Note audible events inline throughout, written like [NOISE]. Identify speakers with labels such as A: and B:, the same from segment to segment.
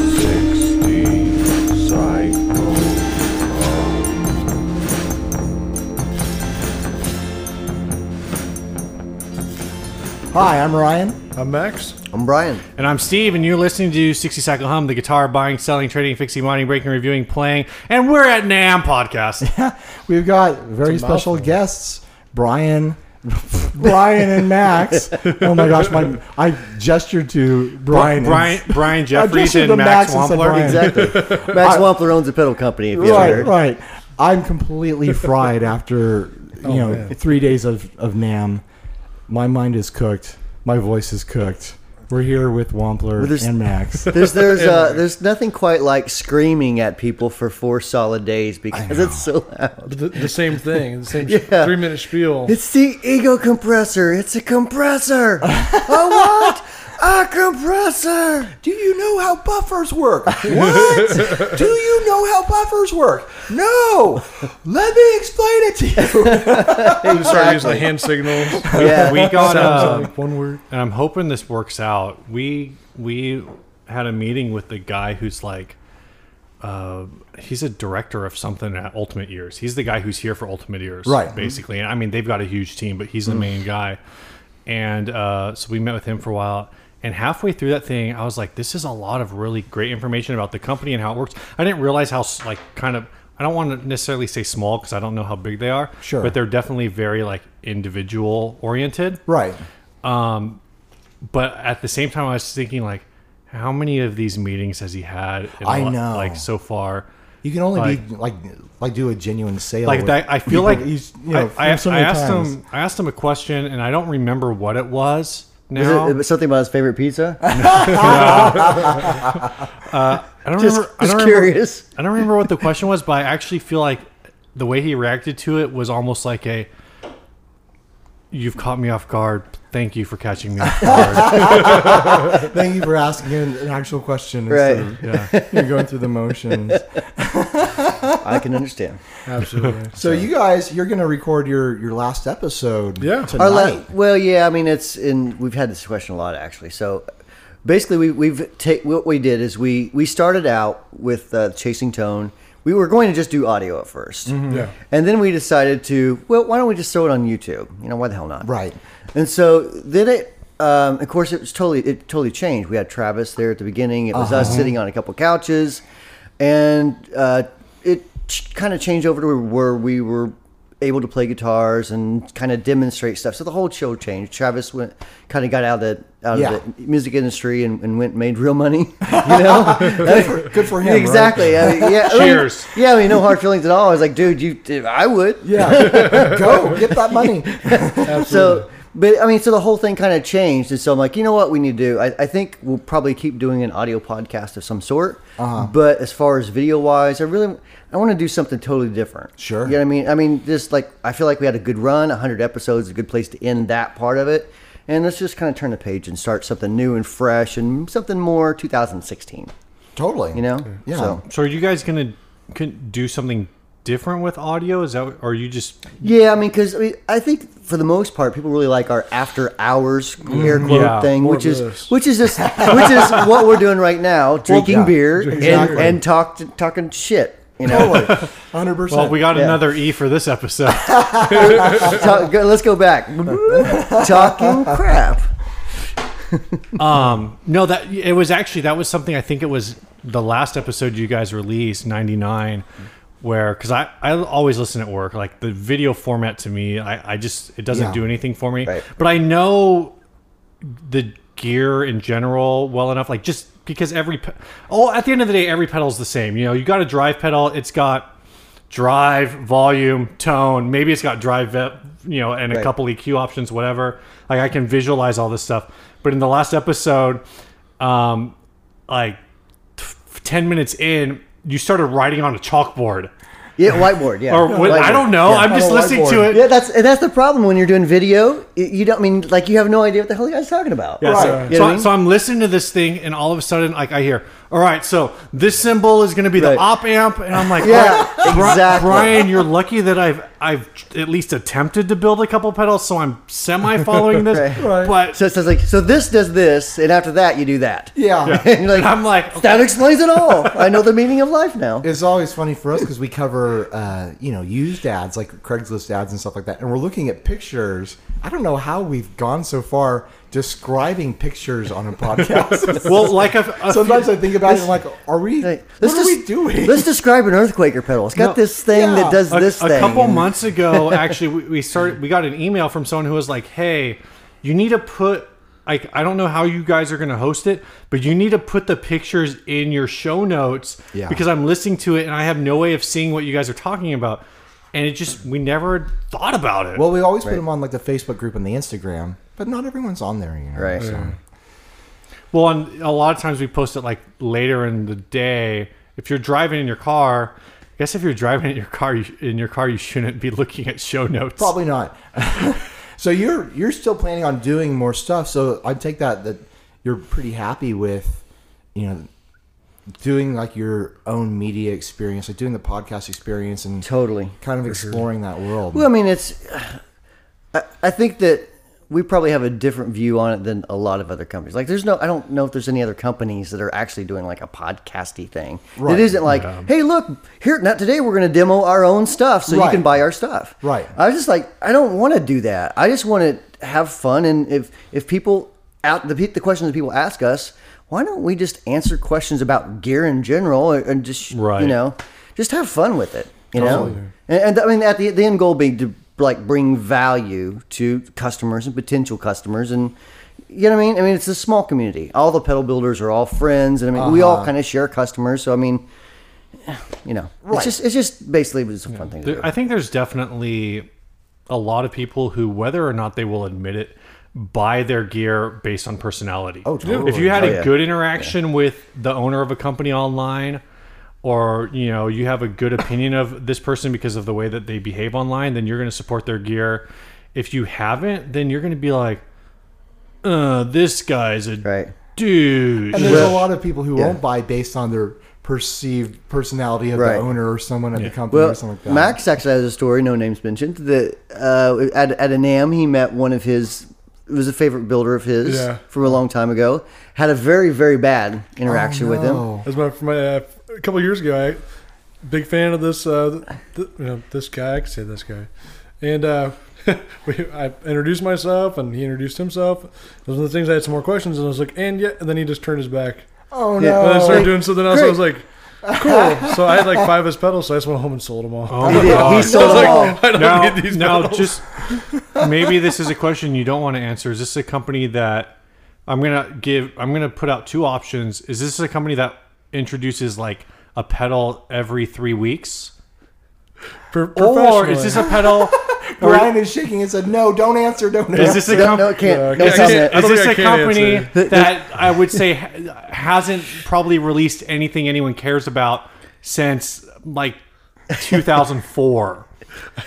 A: Sixty Psycho.
B: Hi, I'm Ryan.
A: I'm Max.
C: I'm Brian.
D: And I'm Steve, and you're listening to 60 Cycle Hum, the guitar buying, selling, trading, fixing, mining, breaking, reviewing, playing, and we're at
B: [LAUGHS]
D: NAM podcast.
B: We've got very special guests, Brian, [LAUGHS] Brian and Max.
D: [LAUGHS]
B: oh my gosh, my I gestured to Brian. and-
D: Brian, Brian Jeffries
B: gestured
D: and
B: to
D: Max,
B: Max and said Brian.
D: Wampler.
C: Exactly. Max Wampler owns a pedal company. If you
B: [LAUGHS]
C: haven't
B: right,
C: heard.
B: right. I'm completely fried
D: [LAUGHS]
B: after you
D: Oh,
B: know three days of of Nam. My mind is cooked. My voice is cooked. We're here with Wampler
C: there's-
B: and [LAUGHS] Max.
C: There's there's uh, there's nothing quite like screaming at people for four solid days because it's so loud.
E: the, the same thing, the
C: [LAUGHS]
E: same
C: Yeah.
E: three minute spiel.
C: It's the ego compressor. It's
B: [LAUGHS]
C: a compressor. a what? A compressor.
B: Do you know how buffers
C: [LAUGHS]
B: work? What? Do you know how buffers work? No. Let me explain it to you.
E: We started using the hand
B: [LAUGHS]
E: signals.
C: Yeah.
D: We got,
E: Sounds
D: uh,
E: like one word.
D: and I'm hoping this works out. We we had a meeting with the guy who's like, uh, he's a director of something at Ultimate Ears. He's the guy who's here for Ultimate Ears,
B: Right. Mm-hmm.
D: Basically, and I mean they've got a huge team, but he's the main guy. And uh, so we met with him for a while. And halfway through that thing, I was like, "This is a lot of really great information about the company and how it works." I didn't realize how s- like kind of I don't want to necessarily say small because I don't know how big they are,
B: Sure.
D: but they're definitely very like individual oriented,
B: Right.
D: but at the same time, I was thinking like, how many of these meetings has he had? in a
B: I
D: lot-
B: know.
D: like so far.
B: You can only be like like do a genuine sale.
D: Like
B: with
D: that, I feel
B: people.
D: like
B: He's, you know,
D: I, I,
B: from so
D: I
B: many
D: asked
B: times.
D: him. I asked him a question, and I don't remember what it was
C: Is
D: now.
C: it, is it something about his favorite pizza?
D: I don't
C: Just-
D: remember. I
C: just
D: don't remember-
C: curious.
D: [LAUGHS] I don't remember what the question was, but I actually feel like the way he reacted to it was almost like a. You've caught me off guard. Thank you for catching me
B: [LAUGHS]
D: off guard.
B: Thank you for asking him an actual question.
C: Right.
B: instead
D: yeah.
B: of- You're going through the motions.
C: I can understand.
E: Absolutely.
B: [LAUGHS] So you guys, you're going to record your your last episode.
E: Yeah.
B: Tonight.
C: Our la- well, yeah, I mean it's in. We've had this question a lot actually. So basically, we, we've take what we did is we we started out with uh, chasing tone. We were going to just do audio at 1st
E: Yeah.
C: and then we decided to well, why don't we just throw it on YouTube? You know, why the hell not?
B: Right.
C: And so then it, um, of course, it was totally it totally changed. We had Travis there at the beginning. It was
B: Uh-huh.
C: us sitting on a couple couches, and uh, it ch- kind of changed over to where we were able to play guitars and kind of demonstrate stuff. So the whole show changed. Travis went kind of got out of the out
B: Yeah.
C: of the music industry and, and went and made real money. [LAUGHS]
B: [LAUGHS]
C: You know, good, for,
B: good for him, right?
C: Exactly. I mean, yeah. I mean,
D: Cheers.
C: yeah, I mean, no hard feelings at all. I was like, dude, you, I would.
B: Yeah. [LAUGHS] Go get that money. [LAUGHS]
C: So, but I mean, so the whole thing kind of changed, and so I'm like, you know what, we need to do. I, I think we'll probably keep doing an audio podcast of some sort.
B: Uh-huh.
C: But as far as video wise, I really I want to do something totally different.
B: Sure.
C: You know what I mean? I mean, just like I feel like we had a good run. 100 episodes is a good place to end that part of it. And let's just kind of turn the page and start something new and fresh and something more 2016.
B: Totally.
C: You know?
B: Yeah.
C: So,
D: So are you guys gonna can, do something different with audio? Is that or are you just
C: yeah, I mean, because I, mean, I think for the most part, people really like our after hours air quote
D: Yeah.
C: thing,
E: More
C: which
E: of
C: is
E: this.
C: which is just which is what we're doing right now, drinking
B: yeah,
C: beer and,
B: exactly.
C: and talk talking shit. You know,
B: Totally. 100%.
D: Well, we got
C: Yeah.
D: another E for this episode.
C: Talk- go- let's go back. talking crap.
D: um, no, that it was actually that was something I think it was the last episode you guys released, ninety nine, where because I I always listen at work. Like the video format to me, I I just it doesn't
B: Yeah.
D: do anything for me.
C: Right.
D: But I know the gear in general well enough. Like just because every pe- oh at the end of the day every pedal's the same. You know, you got a drive pedal. It's got drive, volume, tone. Maybe it's got drive, ve- you know, and a
C: Right.
D: couple EQ options, whatever. Like I can visualize all this stuff. But in the last episode, um, like t- 10 minutes in, you started writing on a chalkboard.
C: Yeah, whiteboard. Yeah,
D: Or what, I
C: Whiteboard.
D: don't know.
C: Yeah.
D: I'm just
B: On a
D: listening to
B: whiteboard.
D: it.
C: Yeah, that's and that's the problem when you're doing video. You- You don't I mean like you have no idea what the hell the guy's talking about.
D: Yeah, so-
C: You know
D: So,
C: what I mean?
D: so I'm listening to this thing, and all of a sudden, like I hear, "All right, so this symbol is going to be
C: Right.
D: the op amp," and I'm like,
C: Yeah,
D: "Bri-
C: exactly.
D: Brian, you're lucky that I've I've at least attempted to build a couple pedals, so I'm semi following this."
C: [LAUGHS] Right.
E: Right.
D: But
C: So it says like so this does this, and after that you do that.
B: Yeah.
C: [LAUGHS] And you're like,
D: I'm like, okay.
C: that explains it all. I know the meaning of life now.
B: [LAUGHS] It's always funny for us because we cover, uh, you know, used ads like Craigslist ads and stuff like that, and we're looking at pictures. I don't know how we've gone so far describing pictures on a [LAUGHS] podcast.
D: well, like a,
B: [LAUGHS]
D: a
B: Sometimes
D: few-
B: I think about it. and I'm like, are we?
C: Like,
B: what
C: let's
B: are
C: just-
B: we doing?
C: Let's describe an earthquaker pedal. It's got
D: No.
C: this thing
B: Yeah.
C: that does
D: a,
C: this
D: a
C: thing.
D: couple
C: and-
D: months ago actually we, we started we got an email from someone who was like hey you need to put like i don't know how you guys are going to host it but you need to put the pictures in your show notes
B: Yeah.
D: because i'm listening to it and i have no way of seeing what you guys are talking about and it just we never thought about it
B: well, we always put them on like the Facebook group and the Instagram, but not everyone's on there. You know?
C: Right.
D: Well, and a lot of times we post it like later in the day. If you're driving in your car, I guess if you're driving in your car, you, in your car, you shouldn't be looking at show notes.
B: Probably not. [LAUGHS] so you're you're still planning on doing more stuff. So I take that that you're pretty happy with, you know, doing like your own media experience, like doing the podcast experience, and
C: Totally.
B: kind of exploring that world.
C: Well, I mean, it's. [SIGHS] I, I think that we probably have a different view on it than a lot of other companies. Like, there's no. I don't know if there's any other companies that are actually doing like a podcasty thing.
B: Right.
C: It isn't like, hey, look here. Not today. We're going to demo our own stuff, so
B: Right.
C: you can buy our stuff.
B: Right.
C: I was just like, I don't want to do that. I just want to have fun. And if if people out the pe- the questions that people ask us, why don't we just answer questions about gear in general and- and just
D: Right.
C: you know just have fun with it. You know, and, and I mean, at the the end goal being to like bring value to customers and potential customers, and you know what I mean. I mean, it's a small community. All the pedal builders are all friends, and I mean, we
D: Uh-huh.
C: all kind of share customers. So I mean, you know, it's just it's just basically it was a fun thing to
D: There-
C: do.
D: I think there's definitely a lot of people who, whether or not they will admit it, buy their gear based on personality. Oh,
B: totally.
D: If you had
C: Oh,
D: a
C: yeah.
D: good interaction with the owner of a company online, or you know you have a good opinion of this person because of the way that they behave online, then you're going to support their gear. If you haven't, then you're going to be like, uh, "This guy's a
C: Right.
D: dude."
B: and there's a lot of people who
C: Yeah.
B: won't buy based on their perceived personality of
C: Right.
B: the owner or someone at the company or
C: Well,
B: something like that.
C: Max actually has a story, no names mentioned, that uh, at, at a NAM he met one of his, it was a favorite builder of his
E: Yeah.
C: from a long time ago, had a very, very bad interaction with him.
B: Oh.
E: As my, my uh, a couple years ago, I big fan of this uh, th- you know, this guy. I can say this guy, and uh, [LAUGHS] we, I introduced myself, and he introduced himself. Those are the things I had some more questions, and I was like, and yeah, and then he just turned his back.
B: Oh
C: Yeah.
B: no!
E: And then I started
C: Hey,
E: doing something else. I
C: great.
E: was like, cool. so I had like five of his pedals, so I just went home and sold them all.
D: Oh
C: He
D: my
C: did. He
D: God.
C: sold
E: I was
C: them all.
E: like, [LAUGHS] I don't
D: now,
E: need these
D: now
E: pedals.
D: just maybe this is a question you don't want to answer. Is this a company that I'm gonna give? I'm gonna put out two options. Is this a company that introduces like a pedal every three weeks,
E: Pro-
D: or is this
E: professionally.
D: a pedal?
B: [LAUGHS]
D: or
B: Brian is shaking and said, "No, don't answer. Don't
D: is
B: answer."
D: this a
C: No,
D: company?
C: no, it can't.
E: Yeah,
C: no
E: I can't-
C: comment.
E: I
D: Is
E: don't
D: this a
E: think I can
D: company
E: answer.
D: that I would say ha- hasn't probably released anything anyone cares about since like 2004?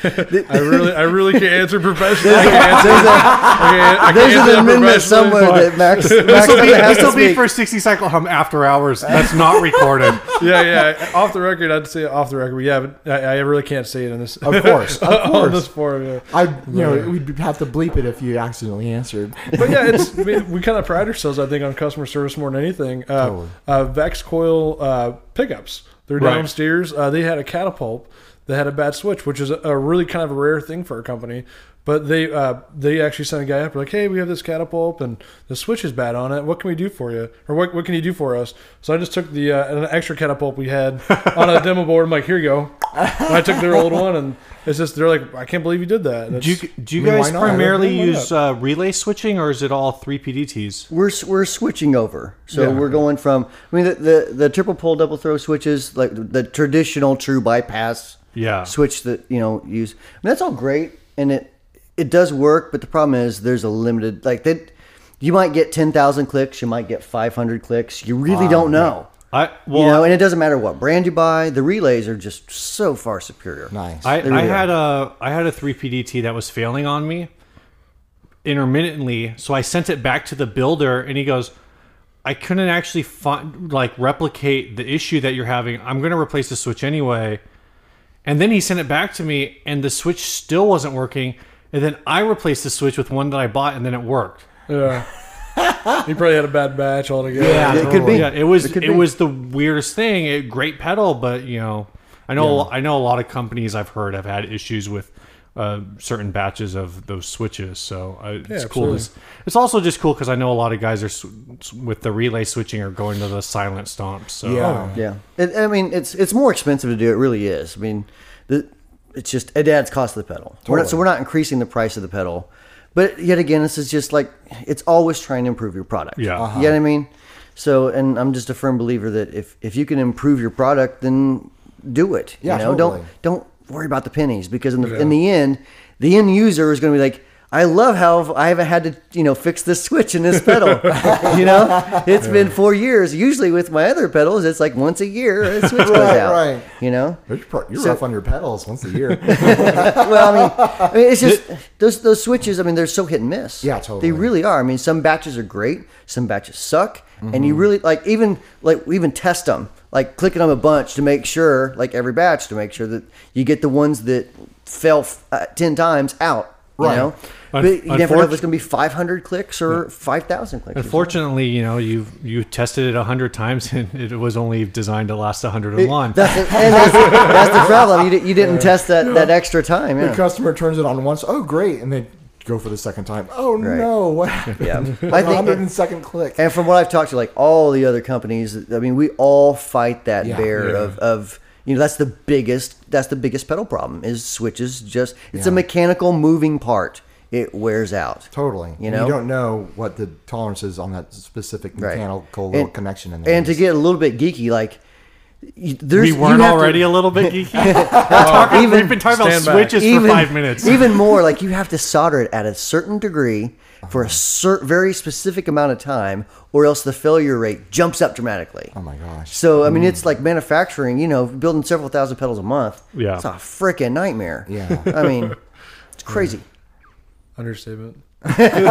E: I really, I really can't answer professionally. I can't answer,
C: There's, a,
E: I can't, I can't
C: there's
E: answer
C: an
E: that
C: amendment
E: professionally.
C: somewhere that Max, Max
D: This will be, this
C: has to
D: will be
C: speak.
D: for 60 Cycle Hum after hours. That's not recorded.
E: [LAUGHS] yeah, yeah. Off the record, I'd say off the record. But yeah, but I, I really can't say it in this.
B: [LAUGHS] Of
E: [LAUGHS]
B: course, of
E: on this
B: course.
E: forum. Yeah.
B: I, you know, we'd have to bleep it if you accidentally answered.
E: But yeah, it's we, we kind of pride ourselves, I think, on customer service more than anything. Uh,
B: Totally.
E: uh, Vex coil uh, pickups. They're
D: Right.
E: downstairs. Uh, they had a catapult that had a bad switch, which is a, a really kind of a rare thing for a company. But they uh, they actually sent a guy up like, hey, we have this catapult and the switch is bad on it. What can we do for you, or what, what can you do for us? So I just took the uh, an extra catapult we had on a demo board. I'm like, here you go. And I took their old one, and it's just they're like, I can't believe you did that.
D: Do you,
E: That's-
D: do you
B: I mean,
D: guys
B: why not?
D: primarily
E: Yeah, why
D: use uh, relay switching, or is it all three PDTs?
C: We're, s- we're switching over, so
E: Yeah.
C: we're going from. I mean, the, the the triple pole double throw switches like the, the traditional true bypass
D: Yeah.
C: switch that you know use. I mean, that's all great, and it it does work. But the problem is there's a limited like that. You might get ten thousand clicks. You might get five hundred clicks. You really don't know.
D: I well,
C: you know, and it doesn't matter what brand you buy. The relays are just so far superior.
B: Nice.
D: I,
C: They really
D: I had a I had a three PDT that was failing on me intermittently, so I sent it back to the builder, and he goes, "I couldn't actually find like replicate the issue that you're having. I'm going to replace the switch anyway." And then he sent it back to me, and the switch still wasn't working. And then I replaced the switch with one that I bought, and then it worked.
E: Yeah. he probably had a bad batch altogether.
B: Yeah.
C: It could be.
D: Yeah, it was
C: could
D: it,
C: be.
D: was the weirdest thing. It, great pedal, but you know, I know I know a lot of companies I've heard have had issues with uh, certain batches of those switches. So uh, it's
E: Yeah,
D: cool.
E: absolutely.
D: It's, it's also just cool because I know a lot of guys are sw- s- with the relay switching or going to the silent stomps. So
C: Oh,
B: yeah.
C: Yeah, it, I mean it's it's more expensive to do. It really is. I mean, the, it's just it adds cost to the pedal. We're not, so we're not increasing the price of the pedal, but yet again, this is just like it's always trying to improve your product.
D: Yeah. Uh-huh.
C: you know what I mean. So, and I'm just a firm believer that if if you can improve your product, then do it.
B: Yeah,
C: you know,
B: totally.
C: don't don't worry about the pennies because in the in the end, the end user is going to be like. I love how I haven't had to, you know, fix this switch in this
B: [LAUGHS]
C: pedal. you know, it's been four years. Usually with my other pedals, it's like once a year a switch goes
B: Right,
C: out.
B: right.
C: You know,
B: You're, pro- you're
C: So-
B: rough on your pedals once a
C: [LAUGHS]
B: year.
C: well, I mean, I mean, it's just those those switches. I mean, they're so hit and miss.
B: Yeah, totally.
C: They really are. I mean, some batches are great, some batches suck, and
B: Mm-hmm.
C: you really like even like we even test them, like clicking them a bunch to make sure, like every batch to make sure that you get the ones that fell f- uh, ten times out.
B: Right.
C: You know.
D: Un-
C: But you never know if
D: unfortu-
C: it's going to be 500 clicks or 5,000 clicks. or something.
D: Unfortunately, you know you you tested it a hundred times [LAUGHS] and it was only designed to last a hundred and one.
C: That's, the- and that's, that's
B: [LAUGHS]
C: the problem. You, di- you didn't test that, that extra time.
B: The
C: Yeah.
B: customer turns it on once. Oh, great. And they go for the second time. Oh,
C: Right.
B: no. What happened? [LAUGHS]
C: [LAUGHS] Yeah. I think
B: 102nd click.
C: And from what I've talked to, like all the other companies, I mean, we all fight that
B: Yeah.
C: bear
B: Yeah.
C: of of you know that's the biggest that's the biggest pedal problem is switches. Just it's a mechanical moving part. It wears out.
B: Totally. And
C: You know.
B: you don't know what the tolerance is on that specific
C: Right.
B: mechanical
C: And-
B: little connection in there.
C: And to get a little bit geeky, like you,
D: we
C: there's
D: weren't
C: you have to-
D: already a
C: [LAUGHS]
D: little bit geeky. [LAUGHS] Talking-
C: even-
D: we've been talking about
E: stand back.
D: switches for five minutes.
C: [LAUGHS] even more, like you have to solder it at a certain degree for a cer- very specific amount of time, or else the failure rate jumps up dramatically.
B: oh my gosh.
C: So I mean, it's like manufacturing. You know, building several thousand pedals a month.
D: Yeah.
C: it's a freaking nightmare.
B: Yeah.
C: I mean, it's crazy.
E: Understatement.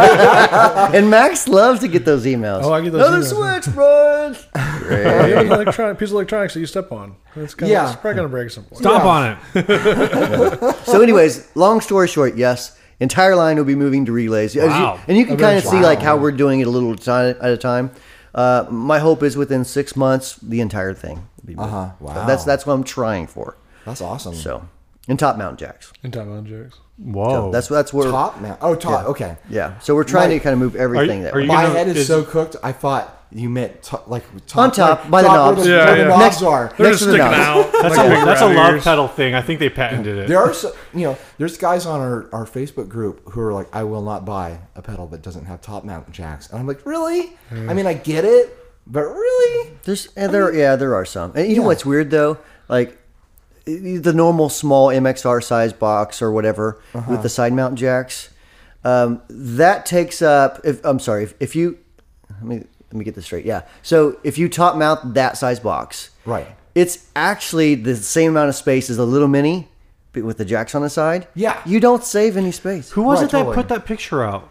C: And Max loves to get those emails.
E: Oh, I get those
C: Another
E: emails.
C: switch, bro.
E: [LAUGHS]
C: Great.
E: You have an electronic, piece of electronics that you step on. It's, gonna,
B: Yeah.
E: it's probably going to break at some point.
D: Stomp on it.
C: [LAUGHS] So, anyways, long story short, yes, entire line will be moving to relays. As you-
D: Wow.
C: and you can kind of see
B: Wow.
C: like how we're doing it a little time at a time. Uh, my hope is within six months, the entire thing. will be moved.
B: Uh-huh.
C: So that's
B: Wow.
C: that's what I'm trying for.
B: That's awesome.
C: So, and top mount jacks.
E: In time on jokes.
D: Whoa.
C: That's that's where
B: top now. Oh, top. Okay.
C: Yeah. So we're trying
B: My-
C: to kind of move everything that
D: are
C: way.
D: you
B: My
D: gonna-
B: head is,
D: is-
B: so cooked. I thought you meant to like top,
C: On top,
B: like,
C: by the
B: where
C: knobs.
B: the-
E: Yeah,
B: where
E: yeah.
B: the knobs
C: Next-
B: are.
E: They're
C: Next
E: just
C: to the
E: sticking
C: nut.
E: out.
D: That's
E: Like
D: a,
E: big
D: that's a
E: round
D: love
E: ears.
D: pedal thing. I think they patented it.
B: There are so, you know, there's guys on our, our Facebook group who are like, I will not buy a pedal that doesn't have top mount jacks. And I'm like, really? I mean, I get it, but really?
C: There's and there yeah there are some. And you know
B: Yeah.
C: what's weird though, like i- the normal small MXR size box or whatever
D: Uh-huh.
C: with the side mount jacks, um, that takes up. If I'm sorry, if, if you let me let me get this straight. Yeah, so if you top mount that size box,
B: Right.
C: it's actually the same amount of space as a little mini, but with the jacks on the side.
B: Yeah.
C: you don't save any space.
D: Who was
B: Right,
D: it that
B: totally.
D: put that picture out?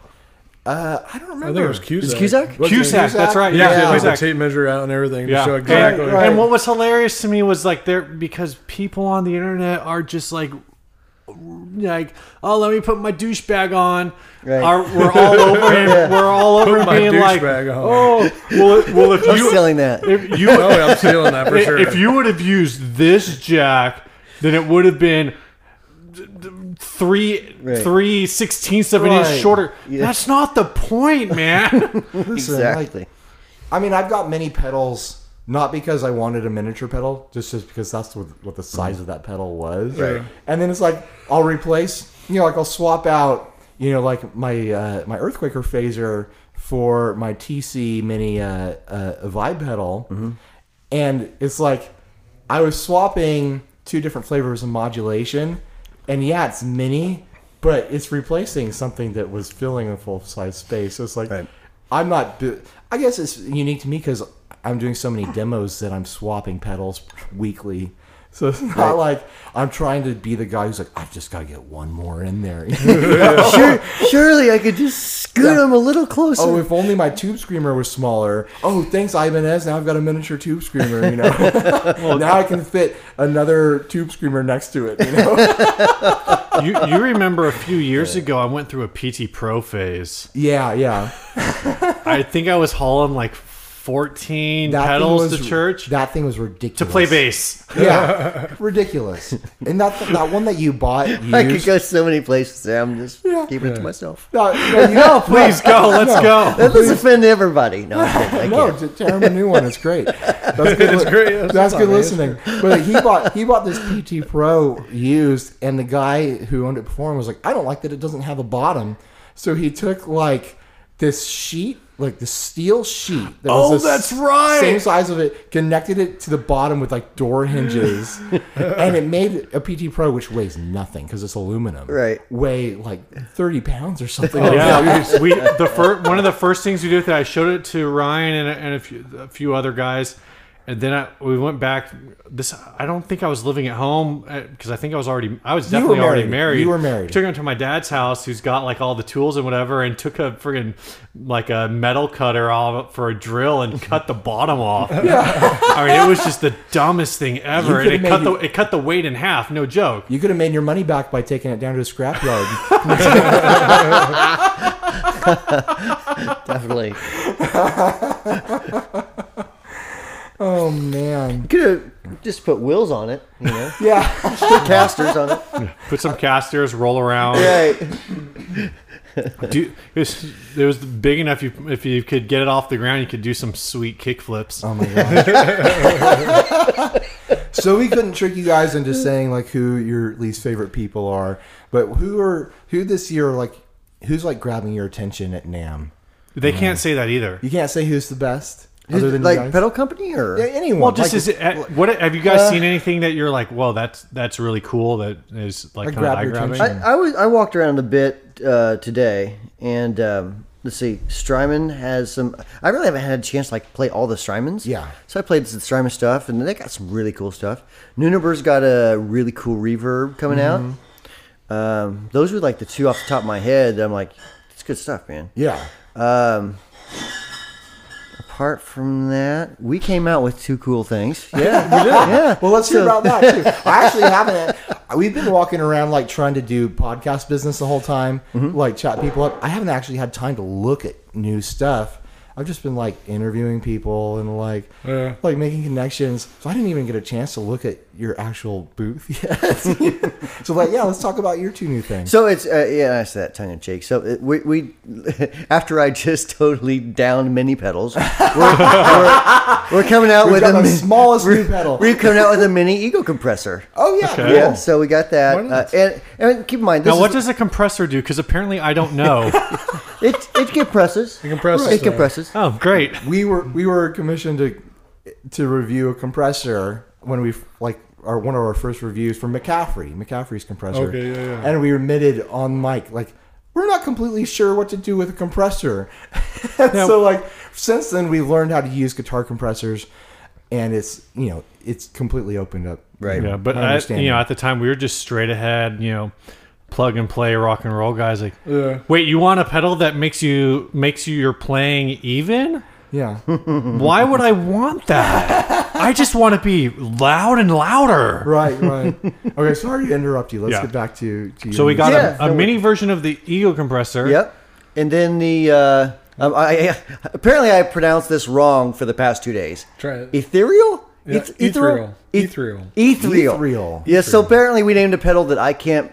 B: Uh, I don't remember.
E: I think it was Cusack.
C: Is Cusack?
E: Wasn't it?
D: Cusack, that's right.
E: Yeah,
D: Yeah,
E: they took the
D: Cusack.
E: tape measure out and everything to
D: Yeah.
E: show exactly.
B: Right, right.
D: And what was hilarious to me was like there because people on the internet are just like like oh let me put my douchebag on.
C: Right.
D: Are, we're all [LAUGHS] over him. We're all over him
E: my
D: being like
E: douchebag on.
D: oh well if- well if
C: I'm
D: you
C: selling that.
D: if you
E: Oh, yeah, I'm stealing that for sure.
D: if you would have used this jack then it would have been three
C: Right.
D: three sixteenths of an
B: Right.
D: inch shorter.
C: Yeah.
D: That's not the point,
B: [LAUGHS]
D: man.
B: Listen, uh, like,
C: exactly.
B: I mean, I've got many pedals, not because I wanted a miniature pedal, just just because that's what, what the size of that pedal was.
E: Right.
B: And then it's like I'll replace, you know, like I'll swap out, you know, like my uh, my Earthquaker phaser for my TC Mini
E: Mm-hmm.
B: uh, uh, Vibe pedal, and it's like I was swapping two different flavors of modulation. And yeah, it's mini, but it's replacing something that was filling a full size space. So it's like,
C: Right.
B: I'm not. bu- I guess it's unique to me because I'm doing so many demos that I'm swapping pedals weekly. So it's not like I'm trying to be the guy who's like, I've just got to get one more in there. [LAUGHS]
C: Sure, surely I could just scoot them a little closer.
B: oh, if only my tube screamer was smaller. Oh, thanks, Ibanez. Now I've got a miniature tube screamer, you
D: [LAUGHS]
B: know. now I can fit another tube screamer next to it, you
D: [LAUGHS]
B: know?
D: you, you remember a few years ago, I went through a PT Pro phase.
B: yeah, yeah.
D: I think I was hauling like 14
B: That thing
D: pedals
B: was-
D: to church
B: That thing was ridiculous.
D: to play bass. [LAUGHS]
B: Yeah, ridiculous. And that that one that you bought used.
C: I could go so many places. and I'm just
B: Yeah.
C: keeping it to myself.
B: No, no, you-
C: [LAUGHS] No, please.
D: Let's go. Let's go.
C: That doesn't offend everybody. No,
B: [LAUGHS]
C: I'm kidding. I
B: no,
C: can't.
B: to tear him a new one is
D: [LAUGHS]
B: great. That's good. li-
E: great, yeah,
B: That's,
E: that's
B: good
E: not
B: listening. But he bought he bought this PT Pro used, and the guy who owned it before him was like, I don't like that it doesn't have a bottom. So he took like this sheet, like the steel sheet. That
D: Oh,
B: the
D: that's
B: s-
D: right.
B: Same size of it, connected it to the bottom with like door
D: [LAUGHS]
B: hinges, and it made a PT Pro which weighs nothing because it's aluminum.
C: Right.
B: Weigh like thirty pounds or something. [LAUGHS]
D: Oh, Yeah, we the first one of the first things we did with it, I showed it to Ryan and, a- and a, few, a few other guys, and then I, we went back. This I don't think I was living at home because I think I was already I was definitely already
B: married.
D: married.
B: You were married.
D: Took him to my dad's house, who's got like all the tools and whatever, and took a friggin' like a metal cutter off for a drill and cut the
B: [LAUGHS]
D: bottom off. I mean, it was just the dumbest thing ever,
B: could've
D: and it cut
B: made
D: the
B: it-
D: it cut the weight in half. No joke.
B: You could have made your money back by taking it down to the scrapyard.
C: Definitely.
B: oh man.
C: Could have just put wheels on it, you know,
B: Yeah.
C: put casters on it.
D: Put some casters, roll around.
C: Right.
D: do it was, it was big enough you if you could get it off the ground you could do some sweet kick flips
B: Oh my god. so we couldn't trick you guys into saying like who your least favorite people are, but who are who this year are like who's like grabbing your attention at Nam?
D: they can't say that either
B: You can't say who's the best other than
C: like
B: you guys?
C: pedal company or
B: Yeah, anyone.
D: well just
B: like, Uh,
D: is it, what have you guys seen anything that you're like well that's that's really cool that is like
B: Like
D: kind of
B: grab
D: eye
B: your
D: grabbing
B: attention.
C: I, I was I walked around a bit uh, today, and um, let's see, Strymon has some. I really haven't had a chance to like play all the Strymons.
B: Yeah.
C: So I played some Strymon stuff, and they got some really cool stuff. Nunaber's got a really cool reverb coming out. Um, those were like the two off the top of my head. That I'm like, it's good stuff, man.
B: Yeah.
C: Apart from that, we came out with two cool things. Yeah.
B: yeah. Well, let's hear about that too. I actually haven't. We've been walking around like trying to do podcast business the whole time, like chat people up. I haven't actually had time to look at new stuff. I've just been like interviewing people and like
E: Yeah.
B: like making connections. So I didn't even get a chance to look at your actual booth [LAUGHS] yet. so like, yeah, let's talk about your two new things.
C: So it's uh, yeah, I said that tongue in cheek. So it, we, we [LAUGHS] after I just [LAUGHS] totally downed mini pedals, we're, we're, we're coming out
B: We've
C: with
B: got
C: a
B: the
C: min-
B: smallest
C: we're,
B: new pedal.
C: We're coming out with a mini ego compressor.
B: oh yeah, cool.
C: Yeah, so we got that,
E: Why
C: uh,
E: not?
C: and, and keep in mind this
D: now what
C: is,
D: does a compressor do because apparently i don't know
B: [LAUGHS]
C: it it compresses. It
E: compresses,
C: It
E: yeah.
C: compresses.
D: oh great
B: we were we were commissioned to to review a compressor when we like our one of our first reviews for McCaffrey, McCaffrey's compressor.
E: Okay, yeah, yeah.
B: And we admitted on mic like we're not completely sure what to do with a compressor. [LAUGHS] and so like since then we've learned how to use guitar compressors and it's you know, it's completely opened up.
C: Right.
D: yeah but
B: I
D: I
B: understand
D: you know
B: that.
D: at the time we were just straight ahead you know plug and play rock and roll guys like
E: Yeah.
D: wait you want a pedal that makes you makes you your playing even [LAUGHS]
B: Yeah.
D: Why would I want that? I just want to be loud and louder.
B: right, right. Okay, sorry to interrupt you. Let's
D: Yeah.
B: get back to, to you.
D: So we got
C: Yeah,
D: a, a
C: so-
D: mini version of the ego compressor.
C: Yep. And then the uh, um, I, [LAUGHS] I apparently I pronounced this wrong for the past two days.
E: Try it.
C: Ethereal.
E: Yeah,
C: It's ethereal.
E: ethereal.
C: Eth- Ethereal.
B: Ethereal.
C: Yeah. So apparently we named a pedal that I
E: [LAUGHS]
C: can't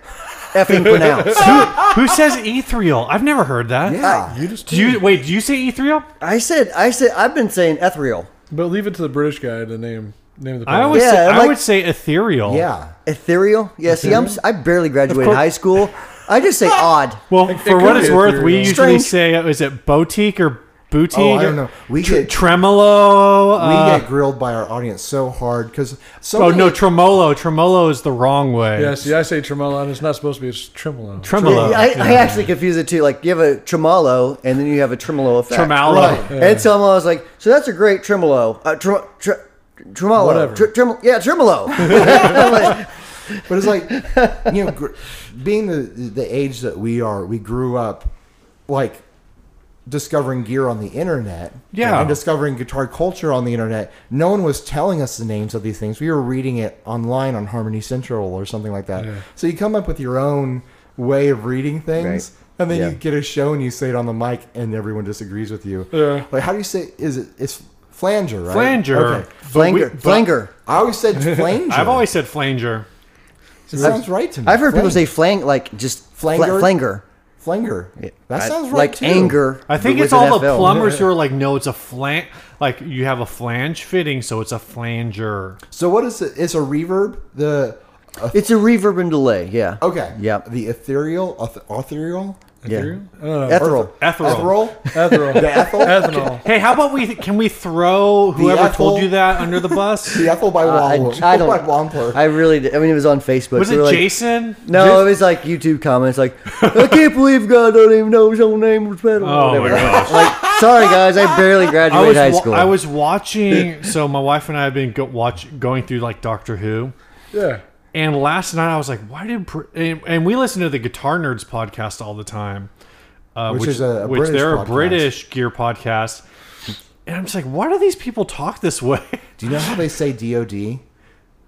C: effing pronounce.
D: Who, who says ethereal? I've never heard that.
B: yeah.
E: You just
D: Do you wait? Do you say ethereal?
C: I said. I said. I've been saying ethereal.
E: but leave it to the British guy to name name of the.
D: I
E: product.
D: always
C: Yeah,
D: say, I
C: like-
D: would say ethereal.
B: yeah.
C: Ethereal. Yeah. See, I'm. I barely graduated high school. I just say odd.
E: [LAUGHS]
D: Well,
E: it
D: for
E: could
D: what
E: be
D: it's worth, we
E: ethereal.
D: usually
C: Strange.
D: say, is it boutique or Boutique.
B: Oh, I don't know. We get-
D: tremolo.
B: We
D: uh,
B: get grilled by our audience so hard because so
D: oh
B: many-
D: no, tremolo. Tremolo is the wrong way.
E: Yeah, see, I say tremolo, and it's not supposed to be. It's tremolo.
D: Tremolo.
C: I, I actually confuse it too. Like you have a tremolo, and then you have a tremolo effect.
D: Tremolo.
B: Right.
C: And so I was like, so that's a great tremolo. Uh, tre- tre- tremolo.
E: Whatever.
C: Tre- tremolo. Yeah, tremolo.
B: But it's
D: [LAUGHS]
B: like, you know, gr- being the the age that we are, we grew up like discovering gear on the internet,
D: Yeah.
B: and discovering guitar culture on the internet. No one was telling us the names of these things. We were reading it online on Harmony Central or something like that. So you come up with your own way of reading things.
C: Right.
B: And then
C: Yeah.
B: you get a show and you say it on the mic and everyone disagrees with you.
E: Yeah.
B: Like how do you say is it it's flanger, right?
D: Flanger.
B: Okay.
D: But we-
C: Flanger.
D: but
C: Flanger.
B: I always
D: [LAUGHS]
B: said flanger.
D: I've always said flanger.
B: it sounds right to me.
C: I've heard people
B: Flanger.
C: say flank, like just fla-
B: Flanger?
C: flanger.
B: Flanger. That
C: I-
B: sounds right.
C: Like
B: too.
C: anger.
D: I think
C: but
D: it's
C: with an
D: all the
C: FL.
D: plumbers who are like, no, it's a flange. Like you have a flange fitting, so it's a flanger.
B: So what is it? It's a reverb. The
C: It's a reverb and delay. Yeah.
B: okay.
C: Yeah.
B: The ethereal, auth- ethereal,
C: Yeah.
E: Uh,
C: Ethereal.
D: Ethereal.
E: ethanol.
B: the ethyl,
D: [LAUGHS]
E: ethanol.
D: Hey, how about we? can we
B: [LAUGHS]
D: throw whoever told
B: Ethel-
D: you that under the bus?
B: [LAUGHS] the ethyl by
C: Uh, I,
B: Wall.
C: I
B: by
C: don't.
B: Oh, [LAUGHS] Wampler.
C: I really. Did. I mean, it was on Facebook.
D: Was
C: so
D: it
C: we're like-
D: Jason?
C: No, it was like YouTube comments. Like, I can't believe God don't even know his own name was pedal.
D: Oh my gosh.
C: Like, sorry guys, I barely
D: I was
C: graduated high
D: wa-
C: school.
D: I was watching. So my wife and I have been go- watch going through like Doctor Who.
E: Yeah.
D: And last night I was like, why did Br- and, and we listen to the Guitar Nerds podcast all the time, uh,
B: Which is a- a
D: which
B: British
D: they're a
B: podcast.
D: British gear podcast. And I'm just like, why do these people talk this way?
B: Do you know how they say DOD?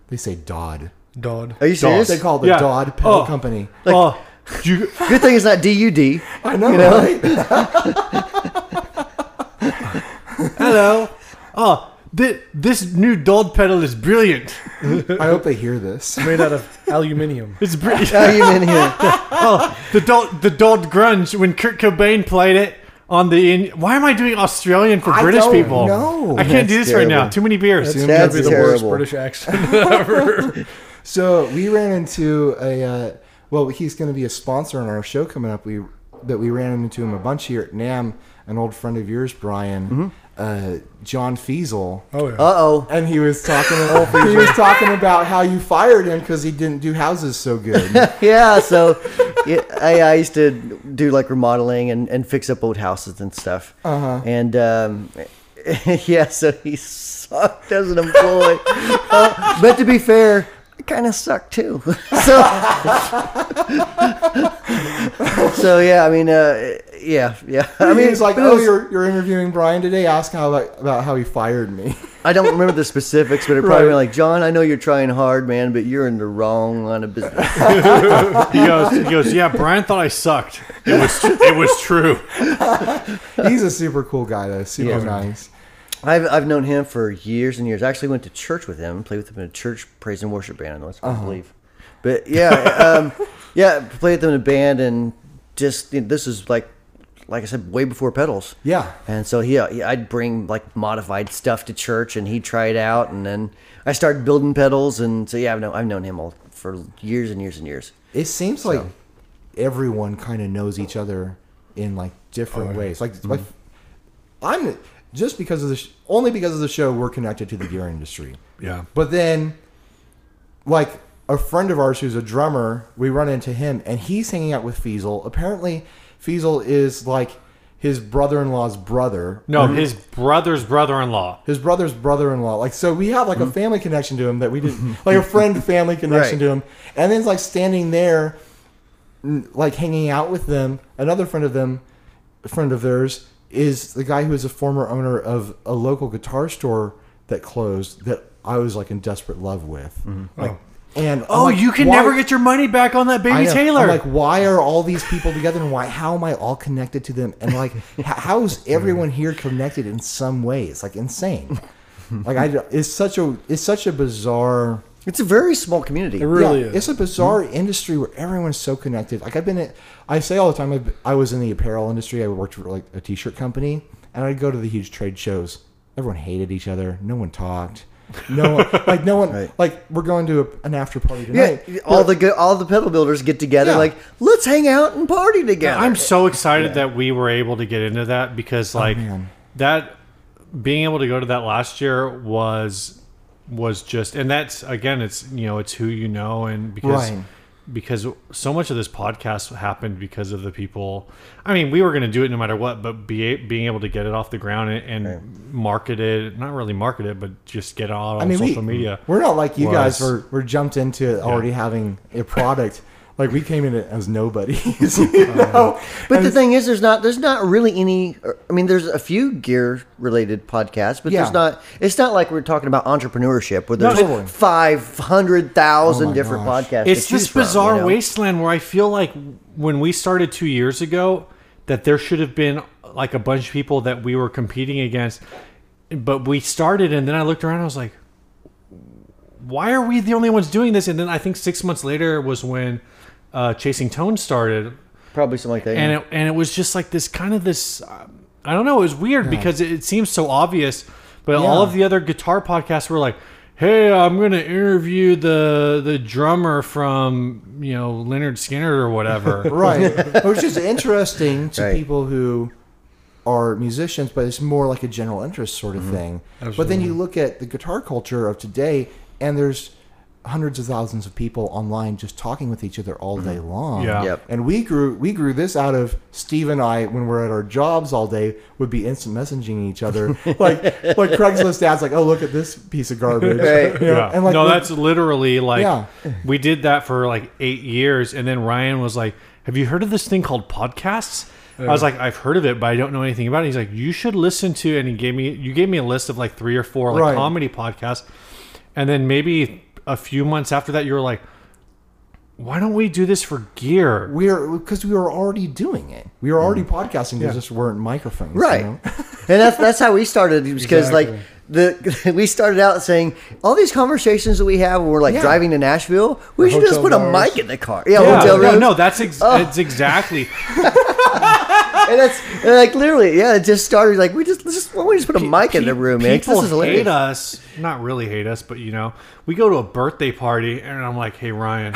B: They say Dodd.
E: Dodd.
C: Are you serious?
B: They call the
D: Yeah.
B: Dodd pedal
D: Oh. [LAUGHS]
B: company.
D: Oh, you,
C: Good thing it's not DUD.
B: I know, right?
D: hello. Oh, thi- this new Dodd pedal is brilliant.
B: I hope they hear this.
E: Made out of aluminium.
D: It's brilliant.
C: How you in here?
D: [LAUGHS] the Dodd the Dodd grunge when Kurt Cobain played it on the. In- Why am I doing Australian for
B: I
D: British
B: don't
D: people?
B: know.
D: I can't do this
C: That's
D: right now.
C: terrible.
D: Too many beers.
E: That's,
C: That's
E: gonna be the
C: terrible.
E: worst British accent [LAUGHS] ever.
B: So we ran into a uh, well, he's going to be a sponsor on our show coming up. We that we ran into him a bunch here at Nam. An old friend of yours, Brian,
C: Mm-hmm.
B: uh, John Fiesel.
E: Oh
C: Uh
E: yeah.
C: oh.
B: and he was [LAUGHS] talking. he was talking about how you fired him because he didn't do houses so [LAUGHS] good.
C: Yeah, so yeah, I, I used to do like remodeling and, and fix up old houses and stuff. Uh-huh. And um, [LAUGHS] yeah, so he sucked as
B: [LAUGHS]
C: an employee. Uh, but to be fair, I kind of sucked too. [LAUGHS] so, so yeah, I mean, uh, yeah, yeah. I
B: I mean,
C: mean,
B: he's like,
C: but it
B: "Oh,
C: was-
B: you're you're interviewing Brian today. Ask how about, about how he fired [LAUGHS] me."
C: I don't remember the specifics, but it probably
B: Right.
C: went like, John, I know you're trying hard, man, but you're in the wrong line of business.
D: He goes, he goes, yeah. Brian thought I sucked. It was, tr- it was true.
B: he's a super cool guy though, super
C: Yeah.
B: nice.
C: I've, I've known him for years and years. I actually went to church with him, played with him in a church praise and worship band. That's what I believe. But yeah, um, [LAUGHS] yeah, played with him in a band, and just you know, this is like, like I said, way before pedals.
B: Yeah.
C: And so he, he- I'd bring like modified stuff to church, and he'd try it out, and then I started building pedals, and so yeah, I've known I've known him all for years and years and years.
B: It seems like everyone kind of knows each other in like different ways. Like, like I'm just because of the sh- only because of the show we're connected to the gear industry.
D: Yeah.
B: But then, like a friend of ours who's a drummer, we run into him and he's hanging out with Fiesel. Apparently, Fiesel is like his brother-in-law's brother.
D: No, his brother's brother-in-law.
B: His brother's brother-in-law. Like so, we have like
D: Mm-hmm.
B: a family connection to him that we didn't like a
D: [LAUGHS]
B: friend family connection to him. And then it's like standing there, n- like hanging out with them. Another friend of them, a friend of theirs, is the guy who is a former owner of a local guitar store that closed that I was like in desperate love with. Like, and I'm
D: Mm-hmm. Oh,
B: like,
D: you can
B: why-
D: never get your money back on that
B: I
D: baby
B: know.
D: Taylor.
B: I'm like, why are all these people together, and why? How am I all connected to them? And like, h- how is everyone here connected in some way? It's like insane. Like, I it's such a it's such a bizarre.
C: It's a very small community.
E: it really
B: Yeah,
E: is.
B: It's a bizarre industry where everyone's so connected. Like I've been, at, I say all the time, I've, I was in the apparel industry. I worked for like a t-shirt company, and I'd go to the huge trade shows. Everyone hated each other. No one talked. No one, like no one,
C: Right.
B: like we're going to a, an after party
C: Yeah,
B: tonight.
C: all the good, all the pedal builders get together.
B: Yeah.
C: Like, let's hang out and party together.
D: I'm so excited that we were able to get into that
B: Oh,
D: because like that being able to go to that last year was was just and that's again it's you know it's who you know and because
B: Right.
D: because so much of this podcast happened because of the people I mean we were going to do it no matter what but be, being able to get it off the ground and, and market it not really market it but just get it out on
B: I mean,
D: social
B: we,
D: media
B: We're not like you guys.
D: was-
B: We're we're jumped into it already having a product. Like we came in it as nobodies. [LAUGHS]
D: Uh-huh.
C: But the thing is, there's not there's not really any. or- I mean, there's a few gear related podcasts, but
B: Yeah.
C: there's not. It's not like we're talking about entrepreneurship where there's
B: totally.
C: five hundred thousand
B: Oh my
C: different
B: gosh.
C: podcasts.
D: it's
C: to choose
D: this bizarre
C: from, you know?
D: wasteland where I feel like when we started two years ago, that there should have been like a bunch of people that we were competing against, but we started, and then I looked around, and I was like, why are we the only ones doing this? And then I think six months later was when uh, Chasing Tone started,
C: Probably something like that. yeah.
D: and it and it was just like this kind of this um, I don't know it was weird because it, it seems so obvious but all of the other guitar podcasts were like hey I'm gonna interview the the drummer from you know Leonard Skinner or whatever
B: right.
C: [LAUGHS]
B: It was just interesting to
C: Right.
B: people who are musicians, but it's more like a general interest sort
C: Mm-hmm.
B: of thing. But then you look at the guitar culture of today, and there's hundreds of thousands of people online just talking with each other all day long.
D: Yeah.
C: Mm-hmm. Yep.
B: And we grew we grew this out of Steve and I when we're at our jobs all day would be instant messaging each other.
C: [LAUGHS]
B: like like Craigslist ads like, "Oh, look at this piece of garbage."
C: [LAUGHS] Right.
B: [LAUGHS] You know,
D: Yeah.
B: And like
D: no,
B: we-
D: that's literally like
B: Yeah.
D: we did that for like eight years, and then Ryan was like, "Have you heard of this thing called podcasts?" I was like, "I've heard of it, but I don't know anything about it." He's like, "You should listen to," and he gave me you gave me a list of like three or four like
B: Right.
D: comedy podcasts, and then maybe a few months after that, you were like, "Why don't we do this for gear?"
B: we're because we were already doing it. We were already podcasting. There just weren't microphones, you
C: right [LAUGHS]
B: know?
C: and that's that's how we started because like the [LAUGHS] we started out saying all these conversations that we have when we're like
B: Yeah.
C: driving to nashville we should just
E: hotel
C: put a
E: bars.
C: mic in the car yeah,
D: Yeah,
C: hotel
D: no,
C: rooms.
D: no, that's ex-
B: Oh.
D: it's exactly.
C: and that's and, like literally yeah it just started like we just let's just why don't we just put a mic in the room man 'Cause
D: People
C: this is
D: hate
C: hilarious
D: us, not really hate us, but you know, we go to a birthday party, and I'm like, "Hey, Ryan."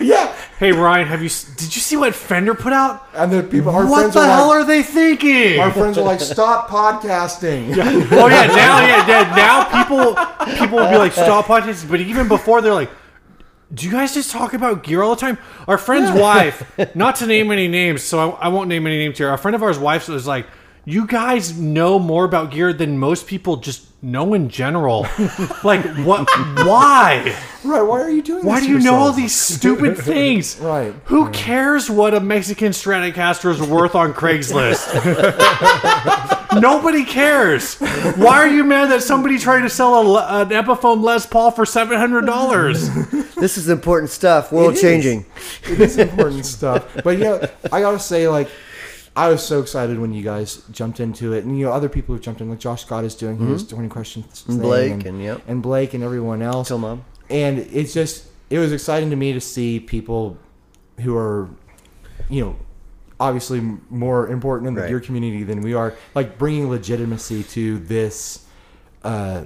B: Yeah.
D: Hey Ryan, have you s- did you see what Fender put out?
B: And the people, our
D: what
B: friends
D: the
B: are
D: hell
B: like,
D: are they thinking?
B: our friends are like, stop podcasting.
D: oh [LAUGHS] yeah, now yeah, yeah, now people people will be like stop podcasting, but even before they're like, do you guys just talk about gear all the time? Our friend's wife, not to name any names, so I, I won't name any names here. Our friend of ours' wife was like. You guys know more about gear than most people just know in general. [LAUGHS] like, what? Why?
B: [LAUGHS] Right? Why are you doing?
D: Why
B: this
D: do
B: to
D: you know all
B: yourselves?
D: these stupid things?
B: Right.
D: Who cares what a Mexican Stratocaster is worth on Craigslist? [LAUGHS] Nobody cares. Why are you mad that somebody tried to sell a, Le- an Epiphone Les Paul for seven hundred dollars?
C: this is important stuff
B: It
C: world
B: is.
C: changing
B: It is important stuff. But you know, I gotta say, like, I was so excited when you guys jumped into it, and you know, other people who jumped in, like Josh Scott is doing his twenty questions, thing,
C: Blake, and, yep.
B: and Blake and everyone else.
C: Till Mom.
B: And it's just, it was exciting to me to see people who are, you know. Obviously, m- more important in the
C: Right.
B: gear community than we are, like bringing legitimacy to this uh,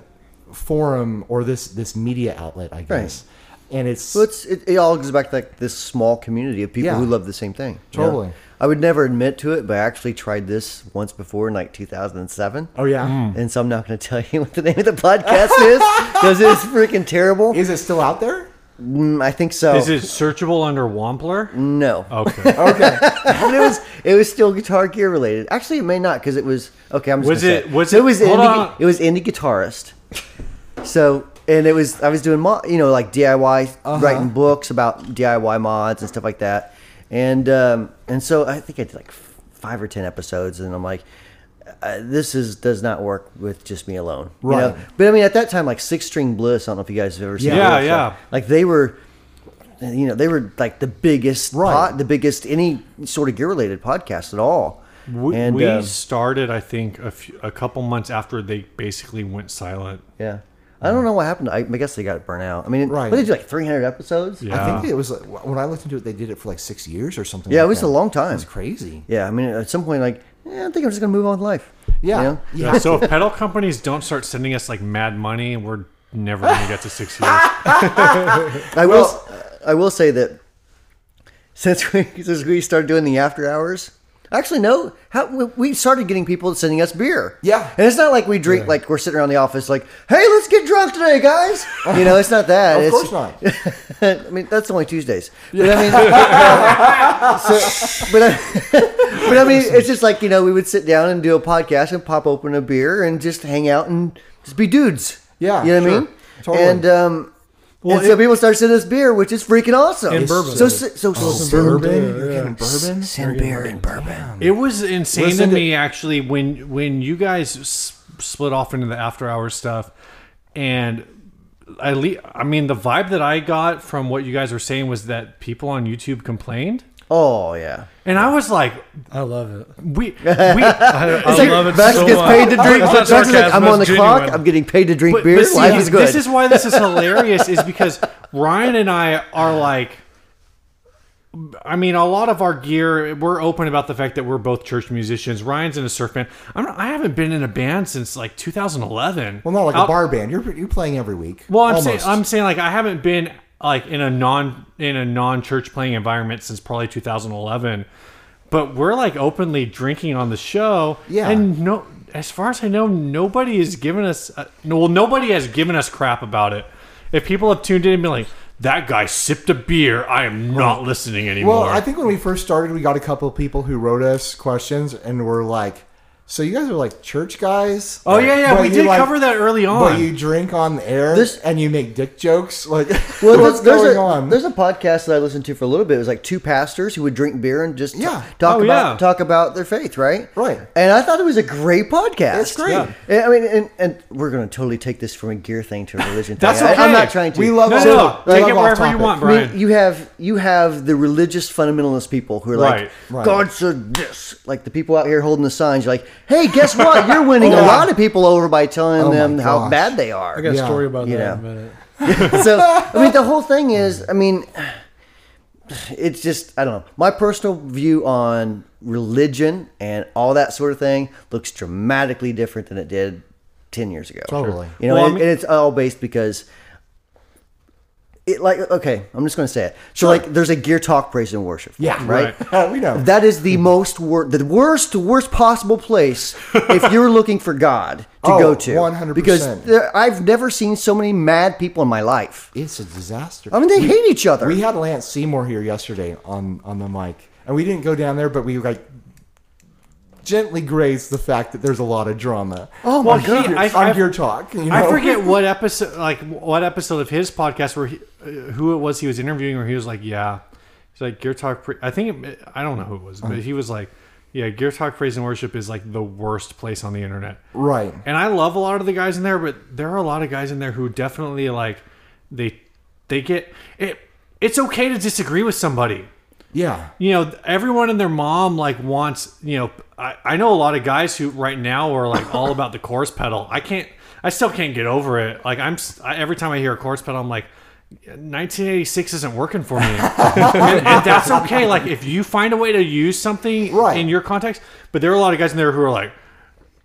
B: forum or this this media outlet, I guess. And it's
C: So it's it, it all goes back to like this small community of people
B: Yeah.
C: who love the same thing. you know?
B: Totally.
C: I would never admit to it, but I actually tried this once before in like 2007.
B: oh yeah,
D: Mm.
C: And so I'm not going to tell you [LAUGHS] what the name of the podcast is because it's freaking terrible.
B: is it still out there?
C: Mm, I think so.
D: Is it searchable under Wampler?
C: no,
B: Oh.
D: Okay.
B: Okay.
C: but it was it was still guitar gear related. Actually, it may not because it was okay. I'm just
D: Was
C: gonna
D: it-
C: say
D: was
C: So
D: it-
C: was
D: hold
C: indie,
D: on.
C: it was indie guitarist. So and it was I was doing mo- you know like DIY
D: Uh-huh.
C: writing books about DIY mods and stuff like that, and um, and so I think I did like f- five or ten episodes, and I'm like. Uh, this is does not work with just me alone, you know?
B: Right.
C: But I mean, at that time, like Six String Bliss, I don't know if you guys have ever seen.
D: Yeah,
C: that show.
D: yeah.
C: Like they were, you know, they were like the biggest
B: Right.
C: pod, the biggest any sort of gear related podcast at all.
D: We,
C: [LAUGHS] and
D: we
C: um,
D: started, I think, a, few, a couple months after they basically went silent.
C: yeah, I don't know what happened. I, I guess they got burnt out. I mean,
B: Right.
C: what did you like 300 episodes?
D: Yeah.
B: I think it was like, when I looked into it, they did it for like six years or something.
C: Yeah,
B: like
C: it was
B: that.
C: a long time.
B: It's crazy.
C: Yeah, I mean, at some point, like, eh, I think I'm just gonna move on with life.
B: Yeah,
C: You know?
B: you
D: Yeah,
B: have
D: so
B: to.
D: if pedal companies don't start sending us like mad money, we're never going to get to six years.
C: I will. I will say that since we [LAUGHS] since we started doing the after hours, actually no, how, we- we started getting people sending us beer.
B: Yeah.
C: and it's not like we drink like we're sitting around the office like, hey, let's get drunk today,
B: [LAUGHS]
C: guys. You know, it's not that.
B: Of
C: it's,
B: course not.
C: [LAUGHS] I mean, that's only Tuesdays. But I
B: [LAUGHS]
C: mean, so- but, I, [LAUGHS] but I mean, it's just like you know, we would sit down and do a podcast and pop open a beer and just hang out and just be dudes.
B: Yeah,
C: you know what I
B: sure.
C: mean.
B: Totally.
C: And um, and so people start sending us beer, which is freaking awesome.
E: And bourbon.
C: So so, so send
B: Bourbon?
E: Yeah,
B: You're
E: yeah.
B: getting bourbon?
C: send beer and bourbon.
D: It was insane
B: Listen to-
D: to me actually when when you guys s- split off into the after hours stuff, and I le- I mean the vibe that I got from what you guys were saying was that people on YouTube complained,
C: Oh yeah.
D: and I was like,
E: I love it.
D: we [LAUGHS] we.
E: I
C: It's like
E: love it
C: Max
E: so
C: gets
E: much.
C: paid to drink.
E: That's
C: Max
E: not
C: is like,
E: sarcasm,
C: I'm on the
E: that's
C: clock.
E: genuine.
C: I'm getting paid to drink
D: But-
C: beer.
D: but see,
C: Life is good.
D: This is why
C: [LAUGHS]
D: this is hilarious, is because Ryan and I are like. I mean, a lot of our gear. We're open about the fact that we're both church musicians. Ryan's in a surf band. I'm not, I haven't been in a band since like 2011.
B: Well, not like
D: Out-
B: a bar band. You're you're playing every week.
D: Well, I'm
B: Almost.
D: saying I'm saying like I haven't been like in a non in a non church playing environment since probably 2011. But we're like openly drinking on the show.
B: Yeah.
D: and no, as far as I know, nobody has given us. uh no, well, nobody has given us crap about it. If people have tuned in and been like, "That guy sipped a beer," I am not listening anymore.
B: Well, I think when we first started, we got a couple of people who wrote us questions and were like, "So you guys are like church guys?"
D: Oh, yeah, yeah,
B: But
D: we
B: you,
D: did cover that early
B: But
D: on.
B: you drink on the air
C: This-
B: and you make dick jokes. Like, [LAUGHS]
C: Well,
B: what's
C: there's,
B: going
C: a,
B: on?
C: there's a podcast that I listened to for a little bit. It was like two pastors who would drink beer and just t-
B: Yeah.
C: talk
D: Oh,
C: about
D: yeah.
C: talk about their faith, right?
B: Right.
C: And I thought it was a great podcast.
B: It's great. Yeah.
C: And- I mean, and, and we're going to totally take this from a gear thing to a religion thing.
D: That's
C: I,
D: okay.
C: I'm not trying to.
B: We love
D: No,
B: off-
D: no, no.
B: we love
D: Take it
B: off
D: wherever you
B: topic.
D: want,
C: I
D: bro.
C: mean,
D: Brian.
C: you have you have the religious fundamentalist people who are like,
D: Right,
B: right.
C: God said this. Like the people out here holding the signs, you're like, hey, guess what? You're winning a
B: Yeah.
C: lot of people over by telling
B: Oh my
C: them how
B: gosh.
C: bad they are
E: I got
B: Yeah,
E: a story about
C: you
E: that in a
C: know.
E: minute.
C: [LAUGHS] so I mean, the whole thing is, I mean, it's just I don't know. My personal view on religion and all that sort of thing looks dramatically different than it did ten years ago.
B: Totally.
C: you know,
D: Well, I
C: and,
D: mean-
C: and it's all based because. It like okay, I'm just gonna say it. So like, there's a gear talk praise and worship.
B: [LAUGHS] yeah,
C: right.
B: we know.
C: That is the most wor- the worst worst possible place
B: [LAUGHS]
C: if you're looking for God to
B: Oh,
C: go to.
B: 100%.
C: Because there, I've never seen so many mad people in my life.
B: it's a disaster.
C: I mean, they hate each other.
B: we had Lance Seymour here yesterday on on the mic, and we didn't go down there, but we like gently grazed the fact that there's a lot of drama. Oh
D: my God. I- I-
B: on your talk. you
D: I
B: know?
D: forget what episode, like what episode of his podcast where he, uh, who it was he was interviewing, where he was like, "Yeah," he's like Gear Talk. Pra- I think it, I don't know who it was, but he was like, "Yeah, Gear Talk Praise and Worship is like the worst place on the internet."
B: [LAUGHS] Right.
D: And I love a lot of the guys in there, but there are a lot of guys in there who definitely like they they get it. It's okay to disagree with somebody
B: Yeah.
D: you know everyone and their mom like wants you know I, I know a lot of guys who right now are like all about the chorus pedal i can't i still can't get over it like i'm s- I, every time i hear a chorus pedal i'm like 1986 isn't working for me and, and that's okay like if you find a way to use something
B: Right.
D: in your context but there are a lot of guys in there who are like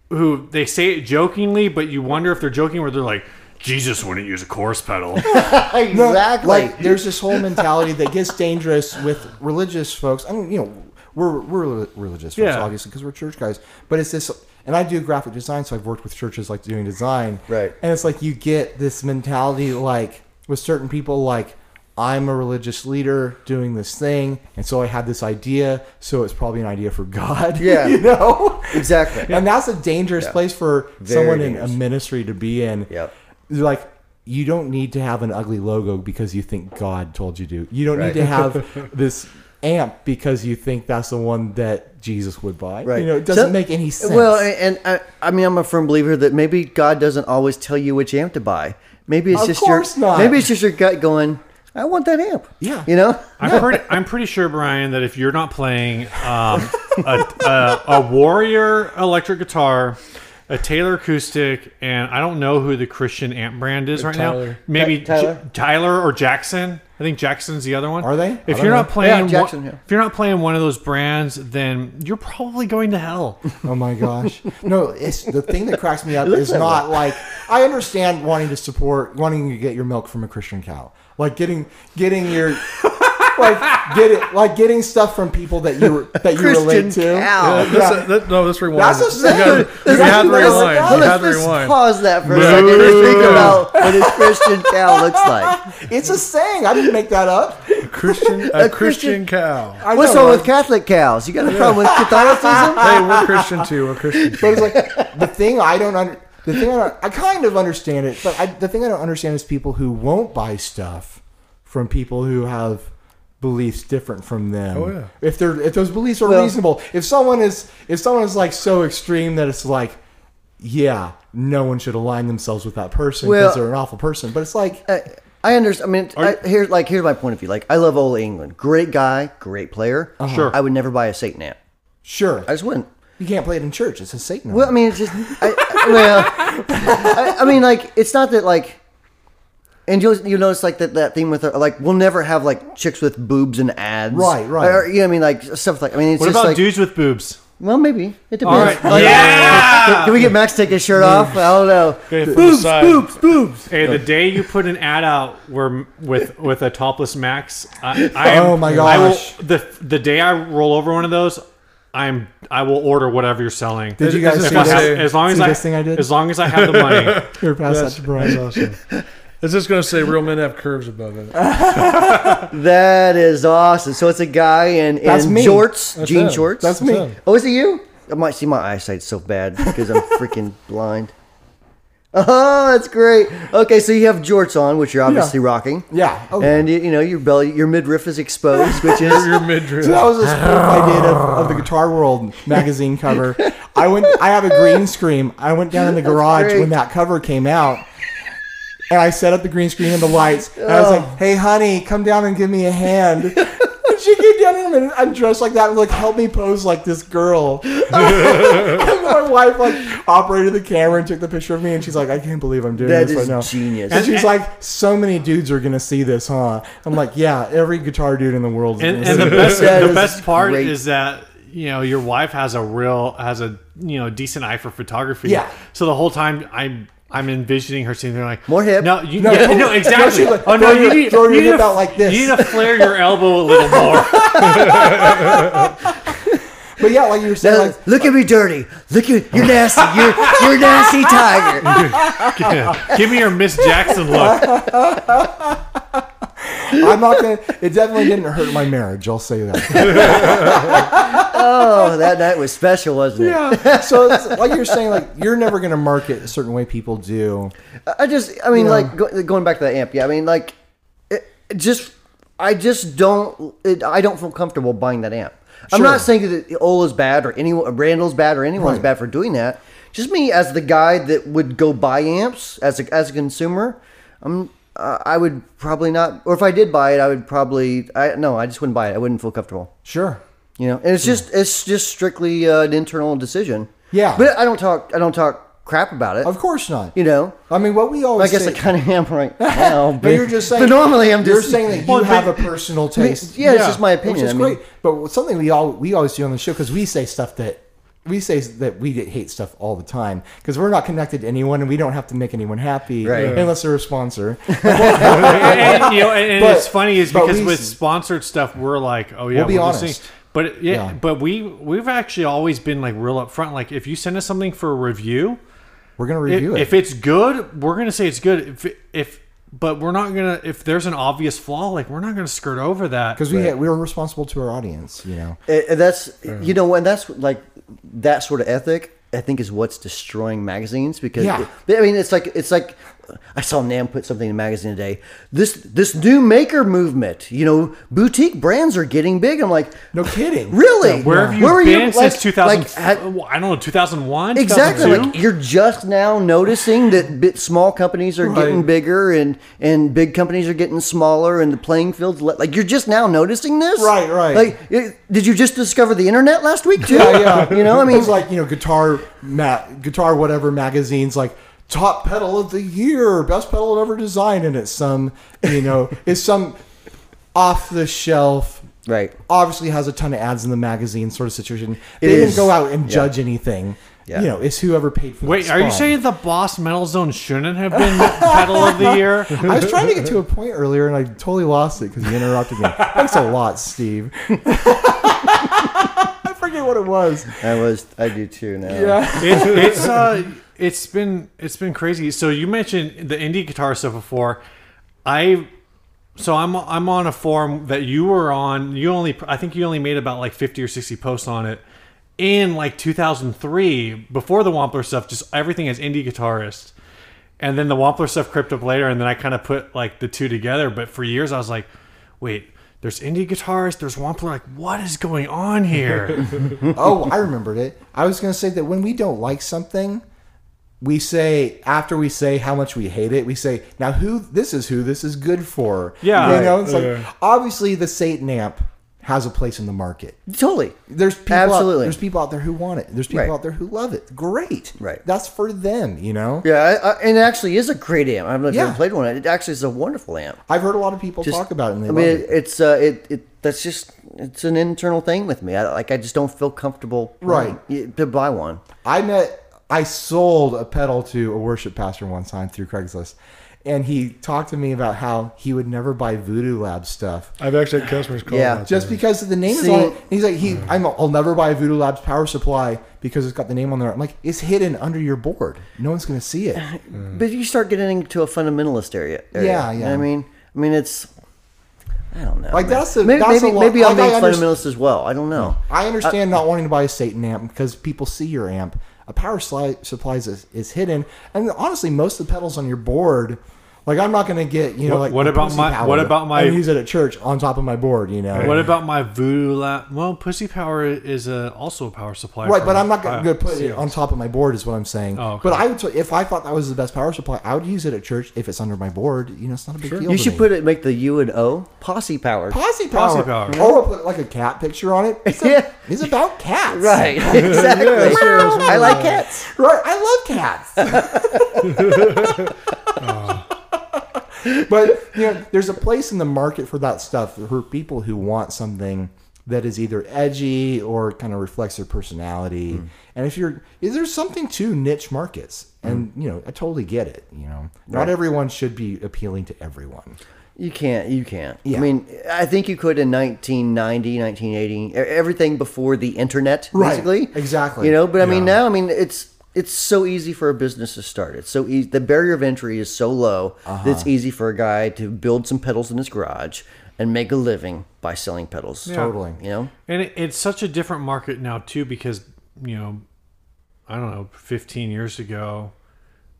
D: who they say it jokingly but you wonder if they're joking or they're like jesus wouldn't use a chorus pedal
B: No,
C: [LAUGHS] exactly.
B: Like there's this whole mentality that gets dangerous with religious folks. I mean, you know, we're we're religious folks,
D: Yeah.
B: obviously, because we're church guys. But it's this, and I do graphic design, so I've worked with churches like doing design,
C: Right.
B: And it's like you get this mentality, like with certain people, like. I'm a religious leader doing this thing, and so I had this idea. So it's probably an idea for God. [LAUGHS]
C: Yeah.
B: you know
C: exactly.
B: and that's a dangerous place for
C: Very
B: someone
C: dangerous.
B: in a ministry to be in.
C: Yep.
B: They're Like you don't need to have an ugly logo because you think God told you to. You don't
C: Right.
B: need to
C: [LAUGHS]
B: have this amp because you think that's the one that Jesus would buy.
C: Right.
B: You know, it doesn't
C: So-
B: make any sense.
C: Well, and, and I, I mean, I'm a firm believer that maybe God doesn't always tell you which amp to buy. Maybe it's
B: Of
C: just
B: course
C: your
B: not.
C: maybe it's just your gut going. I want that amp.
B: Yeah.
C: You know.
D: I'm pretty, I'm pretty sure, Brian, that if you're not playing um, a, a, a Warrior electric guitar, a Taylor acoustic, and I don't know who the Christian amp brand is right
E: Tyler.
D: now, maybe
C: Ty- Tyler?
D: J- Tyler or Jackson. I think Jackson's the other one.
B: Are they? I
D: If
B: don't
D: you're
B: know.
D: not playing,
C: Yeah,
D: one-
C: Jackson, yeah.
D: if you're not playing one of those brands, then you're probably going to hell.
B: Oh my
C: [LAUGHS]
B: gosh! No, it's the thing that cracks me up is not like I understand wanting to support, wanting to get your milk from a Christian cow, like getting getting
C: [LAUGHS]
B: your like get it like getting stuff from people that you that you relate to.
C: Christian cow.
E: Uh, this- uh, that- no, this rewind.
B: That's what I'm saying.
E: You gotta-
B: That's
E: you have to
B: what I'm
E: rewind.
B: saying.
E: You
B: Let's
E: have
C: Let's
E: to
C: just
E: rewind.
C: pause that for a
D: Boo.
C: second and think about what a Christian cow
B: [LAUGHS]
C: looks like.
B: It's a saying. I didn't make that up. [LAUGHS]
E: Christian, a Christian cow.
B: I
C: What's
B: know,
C: wrong
B: right?
C: with Catholic cows? You got a problem [LAUGHS] with Catholicism?
E: Hey, we're Christian too. We're Christian.
B: But it's like the thing I don't under, the thing I, don't, I kind of understand it, but I, the thing I don't understand is people who won't buy stuff from people who have beliefs different from them.
E: Oh, yeah.
B: If they're if those beliefs are reasonable, if someone is if someone is like so extreme that it's like, yeah, no one should align themselves with that person because
C: Well- Uh,
B: they're an awful person. But it's like
C: I, I understand. I mean, I, here's like here's my point of view. Like, I love Ole England. Great guy, great player.
D: Sure.
C: I would never buy a Satan amp.
B: sure,
C: I just wouldn't.
B: you can't play it in church. It's a Satan.
C: Well, I mean, it's just. I, I- well, I, I mean, like it's not that like. And you'll you notice like that that theme with uh, like we'll never have like chicks with boobs and ads,
B: Right, right.
C: Or, you know, what I mean, like stuff like I mean, it's
D: What
C: just
D: about
C: like
D: dudes with boobs?
C: well, maybe it depends.
D: All right.
C: Like,
D: yeah.
C: Can we get Max to take his shirt off? I don't know.
D: Okay, from the
C: boobs,
D: side.
C: boobs, boobs.
D: Hey, the day you put an ad out where with with a topless Max, I, I am,
B: [LAUGHS] Oh my
D: I will,
B: gosh.
D: the the day I roll over one of those, I'm I will order whatever you're selling.
B: Did you guys
D: If
B: see
D: I
B: this-
D: have- as long as
B: see
D: I,
B: this thing I did?
D: as long as I have
B: [LAUGHS]
D: the money.
B: You're past that surprise.
E: awesome. It's just gonna say real men have curves above it.
C: That is awesome. So it's a guy in, in
B: That's me.
C: jorts, jean
E: him.
C: shorts.
B: That's me.
C: Oh, is it you? I might see my eyesight's so bad because I'm freaking [LAUGHS] blind. Oh, that's great. Okay, so you have jorts on, which you're obviously rocking.
B: Yeah. Oh,
C: And you, you know your belly, your midriff is exposed,
B: [LAUGHS]
C: which is [LAUGHS]
E: Your midriff.
B: So that was a spoof I did of, of the Guitar World magazine cover. I went. I have a green screen. I went down in the garage
C: great.
B: when that cover came out, and I set up the green screen and the lights. And I was like, "Hey, honey, come down and give me a hand." And she came down in a minute. I'm dressed like that. And like, help me pose like this girl. [LAUGHS] and my wife like operated the camera and took the picture of me. And she's like, "I can't believe I'm doing
C: that
B: this right now."
C: is genius.
B: And she's like, "So many dudes are gonna see this, huh?" I'm like, "Yeah, every guitar dude in the world." Is
D: And,
B: gonna
D: and
B: see
D: the
B: this."
D: best
C: That
D: the
C: is
D: best part
C: great.
D: is that you know your wife has a real has a you know decent eye for photography.
B: Yeah.
D: So the whole time I'm I'm envisioning her sitting there like
C: More hip.
D: No,
B: [LAUGHS]
D: you,
B: No,
D: no, yeah,
B: totally.
D: no exactly.
B: No, she's like,
D: oh no,
B: throw your-
D: you need
B: throw your
D: you need
B: hip
D: to-
B: out like this.
D: You need to flare your elbow
B: [LAUGHS]
D: a little more.
B: But yeah, like you were
C: Now,
B: saying,
C: [LAUGHS]
B: like,
C: look at me dirty. Look at you're nasty. You're you're nasty tiger.
B: [LAUGHS]
D: Yeah. [LAUGHS] Give me your Miss Jackson look.
B: I'm not gonna. It definitely didn't hurt my marriage. I'll say that.
C: Oh, that night was special, wasn't it?
B: Yeah. So it's, like you're saying, like you're never gonna market a certain way people do.
C: I just, I mean, like go, going back to the amp. Yeah, I mean, like, it, it just, I just don't, it, I don't feel comfortable buying that amp. I'm
B: Sure.
C: not saying that Ola's bad or anyone, Randall's bad or anyone's bad for doing that. Just me as the guy that would go buy amps as a as a consumer. I'm, uh, I would probably not, or if I did buy it, I would probably, I no, I just wouldn't buy it. I wouldn't feel comfortable.
B: Sure.
C: You know, and it's just it's just strictly uh, an internal decision.
B: Yeah.
C: but I don't talk I don't talk crap about it.
B: Of course not.
C: You know,
B: I mean, what we
C: I
B: always.
C: guess
B: say,
C: I kind of am right now.
B: [LAUGHS] But you're just saying.
C: But normally I'm just
B: You're saying
C: [LAUGHS]
B: that you
D: Well,
B: have a
D: but-
B: personal taste.
C: yeah, it's just my
B: Which
C: opinion.
B: is
C: I mean,
B: great. But something we all we always do on the show because we say stuff that we say that we get hate stuff all the time because we're not connected to anyone and we don't have to make anyone happy
C: Right.
B: unless they're a
C: [LAUGHS]
B: sponsor.
D: and, and, you know, and, and
B: But-
D: it's funny is
B: but
D: because
B: we-
D: with sponsored stuff, we're like, oh yeah,
B: We'll be
D: we're just
B: honest.
D: saying- But it- yeah,
B: Yeah.
D: but we we've actually always been like real upfront. Like if you send us something for a review,
B: We're gonna
D: if,
B: review it.
D: if it's good, we're gonna say it's good. If if but we're not gonna if there's an obvious flaw, like we're not gonna skirt over that.
B: because we ha- we are responsible to our audience, you know.
C: Uh, uh, that's you know, and that's like that sort of ethic. I think is what's destroying magazines because
B: Yeah.
C: I mean it's like it's like I saw Nam put something in a magazine today. This this new maker movement, you know, boutique brands are getting big. I'm like,
B: No kidding.
C: [LAUGHS] really?
D: Where have you
C: were
D: been since
C: like-
D: 2000?
C: like, ha-
D: I don't know, 2001,
C: Exactly.
D: 2002?
C: Like you're just now noticing that bit small companies are getting
B: Right.
C: bigger and and big companies are getting smaller and the playing fields le- like you're just now noticing this.
B: Right, right.
C: Like it, did you just discover the internet last week too?
B: Yeah, yeah.
C: [LAUGHS] You know, I mean,
B: it's like you know, guitar, ma- guitar, whatever magazines like
C: [LAUGHS]
B: top pedal of the year, best pedal ever designed, and it's some you know, it's some off the shelf.
C: Right.
B: Obviously has a ton of ads in the magazine sort of situation.
C: It
B: They didn't
C: is-
B: go out and
C: yeah.
B: judge anything.
C: Yeah.
B: You know, it's whoever paid for.
D: Wait,
B: that
D: are you
B: spawn.
D: saying the Boss Metal Zone shouldn't have been Pedal of the [LAUGHS]
B: [LAUGHS]
D: Year?
B: [LAUGHS] I was trying to get to a point earlier and I totally lost it because you interrupted
C: [LAUGHS]
B: me. Thanks a lot, Steve. [LAUGHS] I forget what it was.
C: I was. I do too now.
B: Yeah.
D: It's it's uh, it's been it's been crazy. So you mentioned the indie guitar stuff before. I so I'm I'm on a forum that you were on. You only I think you only made about like 50 or 60 posts on it in like 2003 before the Wampler stuff. Just everything as indie guitarist. And then the Wampler stuff crept up later, and then I kind of put like the two together. But for years, I was like, wait, there's indie guitarist, there's Wampler. Like, what is going on here?
B: Oh, I remembered it. I was going to say that when we don't like something, we say after we say how much we hate it, we say now who this is who this is good for.
D: Yeah.
B: you know, it's like
E: Yeah.
B: obviously the Satan amp has a place in the market.
C: Totally.
B: There's people Out,
C: Absolutely.
B: there's people out there who want it. There's people
C: Right.
B: out there who love it. Great.
C: Right.
B: That's for them. You know.
C: Yeah, I, I, and it actually is a great amp. I don't know if you
B: Yeah.
C: ever played one. It actually is a wonderful amp.
B: I've heard a lot of people
C: Just-
B: talk about it. And they
C: I mean,
B: love
C: it, it's uh, it, it that's just it's an internal thing with me. I, like I just don't feel comfortable
B: Right.
C: y- to buy one.
B: I met, I sold a pedal to a worship pastor one time through Craigslist, and he talked to me about how he would never buy Voodoo Lab stuff
E: I've actually had customers call.
C: Yeah.
E: about
B: just
E: that.
B: because of the name is
C: See-
B: on it. He's like, he, I'm, I'll never buy Voodoo Labs power supply because it's got the name on there. I'm like, it's hidden under your board. No one's gonna see it.
C: But you start getting into a fundamentalist area. area.
B: Mm. Yeah,
C: You know
B: yeah.
C: what I mean, I mean it's. I don't know.
B: Like,
C: man.
B: that's the-
C: maybe
B: that's
C: maybe,
B: a lot-
C: maybe I'm
B: like, I
C: being
B: underst-
C: fundamentalist as well. I don't know. Uh,
B: I understand not wanting to buy a Satan amp because people see your amp. A power sli- supply is, is hidden, and honestly, most of the pedals on your board, like I'm not going to get you know
D: What-
B: like
D: what
B: the
D: about
B: pussy
D: my-
B: power
D: what about my-
B: and use it at church on top of my board, you know?
D: What about my voodoo lap? Well, pussy power is a, also a power supply.
B: Right,
D: for
B: but
D: me.
B: I'm not going
D: Uh,
B: to put it on top of my board, is what I'm saying.
D: Oh, okay.
B: But I would, t- if I thought that was the best power supply, I would use it at church if it's under my board. You know, it's not a big deal.
C: You
B: to
C: should
B: me.
C: put it make the U and O posse power.
B: posse power,
D: Posse power.
B: or we'll put like a cat picture on it. It's, a-
C: Yeah.
B: it's about cats,
C: Right. [LAUGHS] Exactly. I like cats.
B: [LAUGHS] Right, I love cats. [LAUGHS] but you know, there's a place in the market for that stuff for people who want something that is either edgy or kind of reflects their personality.
D: Mm.
B: And if you're, is there something to niche markets?
D: Mm.
B: And you know, I totally get it. You know, not everyone should be appealing to everyone.
C: You can't. You can't.
B: Yeah.
C: I mean, I think you could in 1990, 1980, e- everything before the internet,
B: Right.
C: basically.
B: Exactly.
C: You know, but I mean,
D: Yeah.
C: now, I mean, it's it's so easy for a business to start. It's so easy. The barrier of entry is so low that
B: Uh-huh.
C: it's easy for a guy to build some pedals in his garage and make a living by selling pedals.
B: Totally.
C: You know,
D: and it, it's such a different market now too because you know, I don't know, 15 years ago,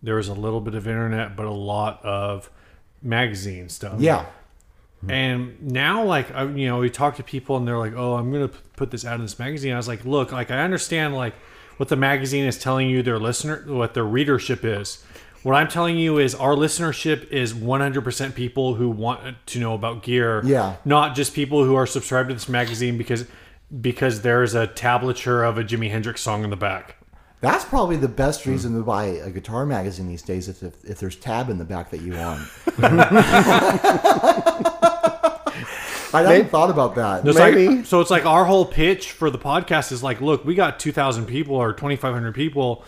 D: there was a little bit of internet, but a lot of magazine stuff.
B: Yeah.
D: And now, like I, you know, we talk to people and they're like, "Oh, I'm gonna p- put this out in this magazine." I was like, "Look, like I understand like what the magazine is telling you, their listener, what their readership is. What I'm telling you is our listenership is 100% people who want to know about gear,
B: Yeah.
D: not just people who are subscribed to this magazine because because there's a tablature of a Jimi Hendrix song in the back.
B: That's probably the best reason to buy a guitar magazine these days if, if, if there's tab in the back that you want. I hadn't thought about that.
D: It's like-
C: Maybe.
D: so it's like our whole pitch for the podcast is like, look, we got 2,000 people or 2,500 people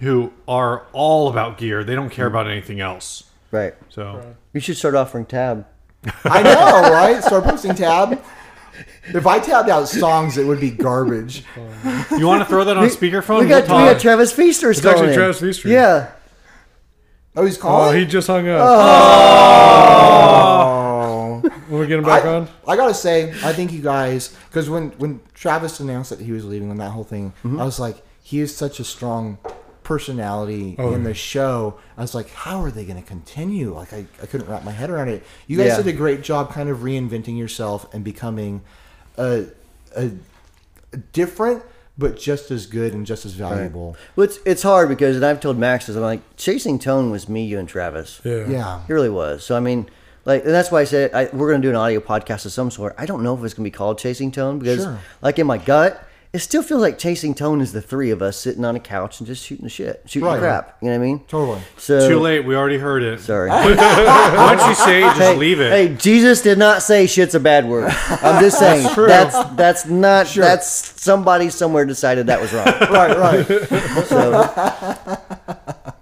D: who are all about gear. They don't care
C: Mm.
D: about anything else.
C: right?
D: So
C: You should start offering tab.
B: I know, right? Start posting tab. If I tabbed out songs, it would be garbage.
D: you want to throw that on speakerphone?
C: [LAUGHS] We got, we
D: We'll
C: got
D: talk.
C: Travis Feaster. It's
E: actually Travis Feaster.
C: Yeah.
B: Oh, he's
E: Oh,
B: calling.
E: he just hung up.
B: Oh.
E: When we get him back
B: I,
E: on,
B: I gotta say, I think you guys, because when when Travis announced that he was leaving on that whole thing,
D: Mm-hmm.
B: I was like, he is such a strong personality
D: Oh,
B: in the show. I was like, how are they gonna continue? Like, I, I couldn't wrap my head around it. You guys
C: Yeah.
B: did a great job, kind of reinventing yourself and becoming a a, a different. But just as good and just as valuable.
C: Well, it's, it's hard because, and I've told Max this, I'm like, chasing tone was me, you, and Travis.
E: yeah,
B: Yeah.
C: It really was. So I mean, like, and that's why I said I, we're going to do an audio podcast of some sort. I don't know if it's going to be called Chasing Tone because,
B: Sure.
C: like, in my gut, it still feels like chasing tone is the three of us sitting on a couch and just shooting the shit, shooting
B: Right.
C: crap. You know what I mean?
B: Totally.
C: So
D: Too late. We already heard it. [LAUGHS]
C: Sorry.
D: Once you say it, just
C: Hey,
D: leave it.
C: Hey, Jesus did not say shit's a bad word. I'm
B: [LAUGHS]
C: just saying that's that's, not that's somebody somewhere decided that was wrong.
B: [LAUGHS] right, right.
C: So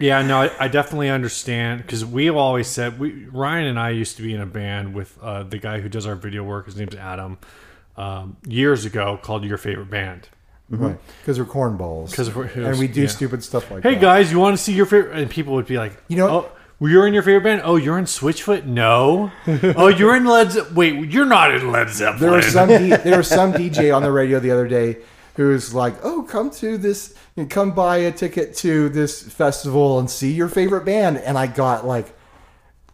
D: Yeah, no, I, I definitely understand because we've always said we Ryan and I used to be in a band with uh, the guy who does our video work. His name's Adam. Um, years ago, called your favorite band.
B: Right. Because Mm-hmm. we're cornballs.
D: 'Cause we're-
B: and we do
D: yeah.
B: stupid stuff like
D: Hey
B: that.
D: guys, you want to see your favorite? And people would be like,
B: You know-
D: oh, well, you're in your favorite band. Oh, you're in
B: [LAUGHS]
D: Switchfoot. No. oh, you're in Led. Ze- Wait, you're not in Led Zeppelin.
B: There was some D- there was some DJ on the radio the other day who was like, "Oh, come to this, you know, come buy a ticket to this festival and see your favorite band." And I got like,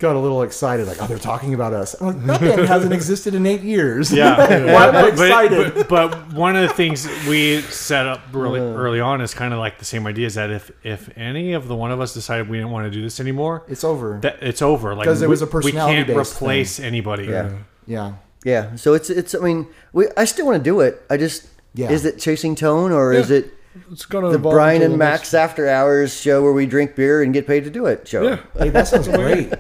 B: got a little excited, like, "Oh, they're talking about us." I'm like, that band hasn't existed in eight years. [LAUGHS]
D: [LAUGHS] Yeah.
B: Why am I
D: But- but-
B: excited?
D: But, but one of the things we set up really early on is kind of like the same idea is that if if any of the one of us decided we didn't want to do this anymore,
B: It's over.
D: that it's over. Like
B: 'Cause it
D: we-
B: was a
D: We can't
B: personality-based
D: replace anybody.
C: yeah,
B: yeah.
C: yeah. So it's it's. I mean, we I still want to do it. I just
B: Yeah.
C: is it chasing tone or is
E: Yeah.
C: it
E: It's gonna
C: the
E: evolve
C: Brian
E: into
C: and
E: the next-
C: Max after hours show where we drink beer and get paid to do it show?
E: Yeah.
B: Hey, that sounds great.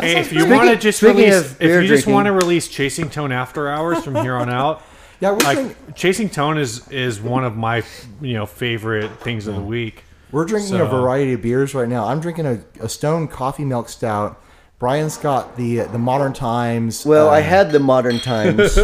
D: Hey, if you want to just
C: speaking
D: release,
C: of
D: if you
C: beer
D: just
C: drinking-
D: want to release Chasing Tone after hours from here on
B: [LAUGHS]
D: out,
B: Yeah, we're thinking-
D: like Chasing Tone is is one of my you know favorite things of the week.
B: We're drinking a
D: So-
B: variety of beers right now. I'm drinking a, a Stone Coffee Milk Stout. Brian's got the the Modern Times.
C: Well,
B: uh,
C: I had the modern times.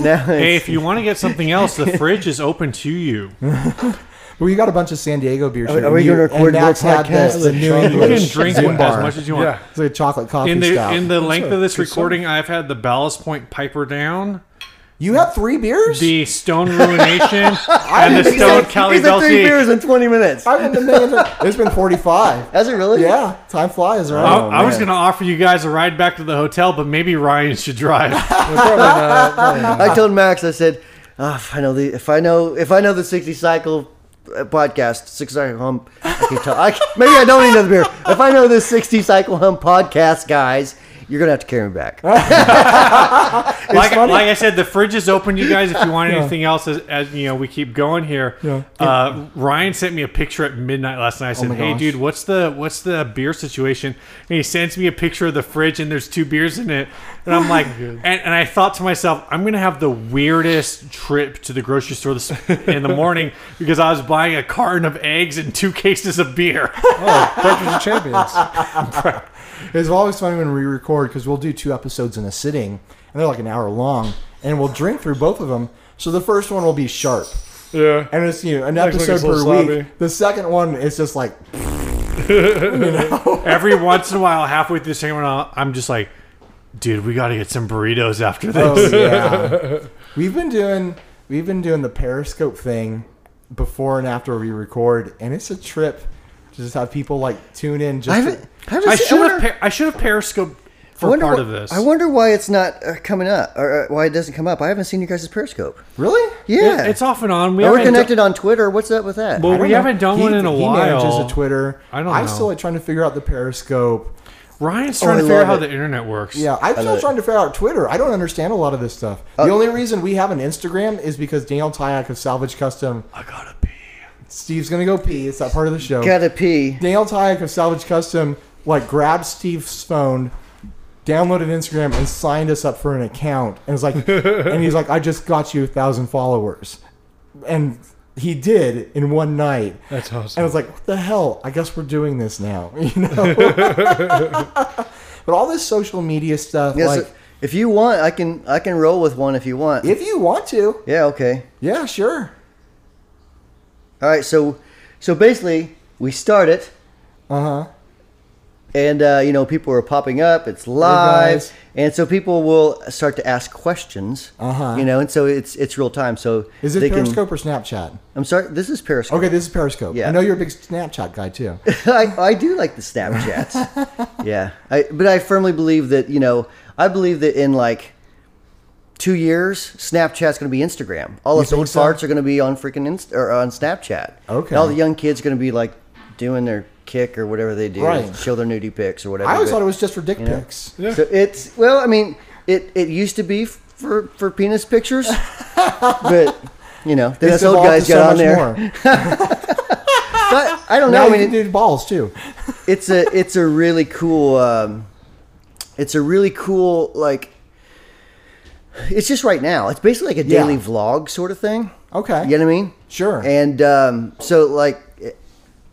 C: now
D: Hey, [LAUGHS]
C: it's-
D: if you want to get something else, the fridge is open to you. You
B: we got a bunch of San Diego beers.
C: Are-
B: here,
C: are
B: and
C: we
B: you-
C: gonna
B: and
C: record more
B: Max had
C: podcasts?
B: The, the New
C: You can
D: can
B: English
D: drink
B: Zune
D: what- as
B: bar.
D: much as you want.
E: Yeah.
B: It's like a chocolate coffee
D: in the
B: stout.
D: in the length
E: a
D: of this
E: good sign.
D: recording, I've had the Ballast Point Piper down,
B: you have three beers.
D: the Stone Ruination, and the
C: He's
D: Stone
C: had-
D: Cali
C: he's had three
D: Belsi.
C: beers in 20 minutes.
B: I've been demanding. It's been 45.
C: Has it really? Oh,
B: Yeah, time flies,
D: I,
B: right?
D: I was
C: man.
D: going to offer you guys a ride back to the hotel, but maybe Ryan should drive.
C: I told Max, I said, oh, if I know the if I know if I know the sixty cycle uh, podcast, sixty cycle hump. I can tell. I can, maybe I don't need another beer. If I know this sixty cycle hump podcast, guys, you're gonna have to carry me back.
D: like,
B: funny.
D: like I said, the fridge is open, you guys. If you
B: [LAUGHS]
D: want anything else, as, as you know, we keep going here.
B: Yeah. Oh
D: Uh, Ryan sent me a picture at midnight last night. I said,
B: my
D: "Hey,
B: gosh.
D: dude, what's the what's the beer situation?" And he sends me a picture of the fridge, and there's two beers in it. And
B: [LAUGHS]
D: I'm like, and, and I thought to myself, I'm gonna have the weirdest trip to the grocery store this in the morning [LAUGHS] because I was buying a carton of eggs and two cases of
B: [LAUGHS]
D: beer.
E: Oh, Breakfast of Champions.
B: It's always funny when we record because we'll do two episodes in a sitting, and they're like an hour long, and we'll drink through both of them. So the first one will be sharp,
E: Yeah.
B: and it's you know an
E: Next one
B: episode
E: gets a
B: per
E: little
B: week.
E: sloppy.
B: The second one is just like
D: Every once in a while, halfway through the second one, I'll- I'm just like, "Dude, we got to get some burritos after
B: [LAUGHS]
D: this."
B: Oh yeah.
C: [LAUGHS]
B: we've been doing we've been doing the Periscope thing before and after we record, and it's a trip to just have people like tune in.
C: I
B: Just to-
C: haven't. I, haven't
D: I
C: seen-
D: should
C: wonder-
D: have. Per- I should have periscoped
C: I
D: for
C: wonder
D: part
C: wh-
D: of this.
C: I wonder why it's not uh, coming up, or uh, why it doesn't come up. I haven't seen you guys' Periscope.
B: really.
C: Yeah,
D: It's off and on. We
C: We're
D: haven't
C: connected on Twitter. What's up with that?
D: Well,
B: I don't
D: we
B: know.
D: haven't done
B: He-
D: one in a
B: he
D: while.
B: manages a Twitter.
D: I don't
B: I'm
D: know.
B: still like, trying to figure out the Periscope.
D: Ryan's
C: Oh, I
D: trying to figure out
C: love
D: how
C: it.
D: the internet works.
B: Yeah, I'm still trying to figure out Twitter. I don't understand a lot of this stuff.
C: Oh.
B: the only reason we have an Instagram is because Daniel Tyack of Salvage Custom.
D: I gotta pee.
B: Steve's gonna go pee. It's that part of the show.
C: Gotta pee.
B: Daniel Tyack of Salvage Custom like grabbed Steve's phone, downloaded Instagram, and signed us up for an account. And
E: [LAUGHS]
B: it's like, and he's like, I just got you a thousand followers, and he did in one night.
E: That's
B: And I
E: awesome.
B: was like, what the hell? I guess we're doing this now, [LAUGHS] you
E: [LAUGHS]
B: know. but all this social media stuff,
C: Yes,
B: like,
C: if you want, I can I can roll with one if you want.
B: if you want to,
C: yeah, okay.
B: yeah, sure.
C: All right, so so basically, we start it,
B: Uh huh.
C: and uh, you know people are popping up. It's
B: guys.
C: live, and so people will start to ask questions.
B: Uh-huh.
C: You know, and so it's it's real time. So
B: Is it
C: they can-
B: Periscope or Snapchat?
C: I'm sorry, this is Periscope.
B: Okay, this is Periscope.
C: Yeah.
B: I know you're a big Snapchat guy
C: [LAUGHS]
B: too.
C: I, I do like the
B: [LAUGHS]
C: Snapchats. yeah, I, but I firmly believe that you know I believe that in like two years, Snapchat's going to be Instagram. All us
B: think
C: old
B: so?
C: farts are going to be on freaking Inst- or on Snapchat.
B: Okay.
C: And all the young kids going to be like doing their kick or whatever they do,
B: Right.
C: show their nudie pics or whatever.
B: I always
C: but-
B: thought it was just for dick pics.
E: Yeah.
C: So
B: [LAUGHS]
C: it's well, I mean, it it used to be for for penis pictures, but You know, then us
B: It's
C: old
B: evolved
C: guys
B: to so
C: got
B: much
C: on there.
B: [LAUGHS] more.
C: But I don't
B: Now
C: know. I
B: you
C: mean,
B: can do balls too.
C: it's a it's a really cool um, it's a really cool like it's just right now it's basically like a
B: Yeah.
C: daily vlog sort of thing
B: Okay.
C: you know what i mean
B: Sure.
C: and um, so like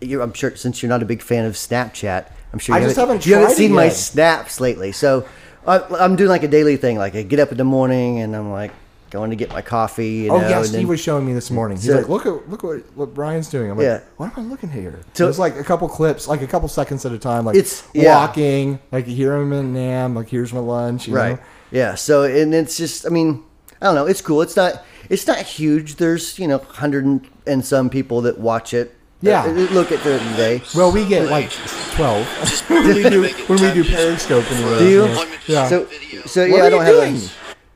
C: you i'm sure since you're not a big fan of snapchat i'm sure
B: I
C: you
B: just haven't
C: you haven't
B: tried it
C: seen my
B: yet.
C: snaps lately so I, i'm doing like a daily thing like i get up in the morning and i'm like going to get my coffee you
B: Oh
C: know,
B: yeah,
C: and
B: Steve
C: then-
B: was showing me this morning. He's
C: So-
B: like, "Look at look what what Brian's doing." I'm like,
C: Yeah.
B: "What am I looking at here?"
C: So-
B: So it's like a couple clips, like a couple seconds at a time. Like
C: It's- yeah.
B: walking, like here I'm in Nam, like here's my lunch. You
C: right
B: Know?
C: yeah so and it's just i mean i don't know it's cool it's not it's not huge there's you know 100 and- and some people that watch it
B: Yeah.
C: uh, look at it
B: [LAUGHS]
C: today
B: Well, we get like twelve [LAUGHS] when we
C: [LAUGHS]
B: do when we do Periscope. And
C: do you
B: Yeah.
C: so so yeah
B: what
C: i
B: are you
C: don't have
B: doing?
C: a,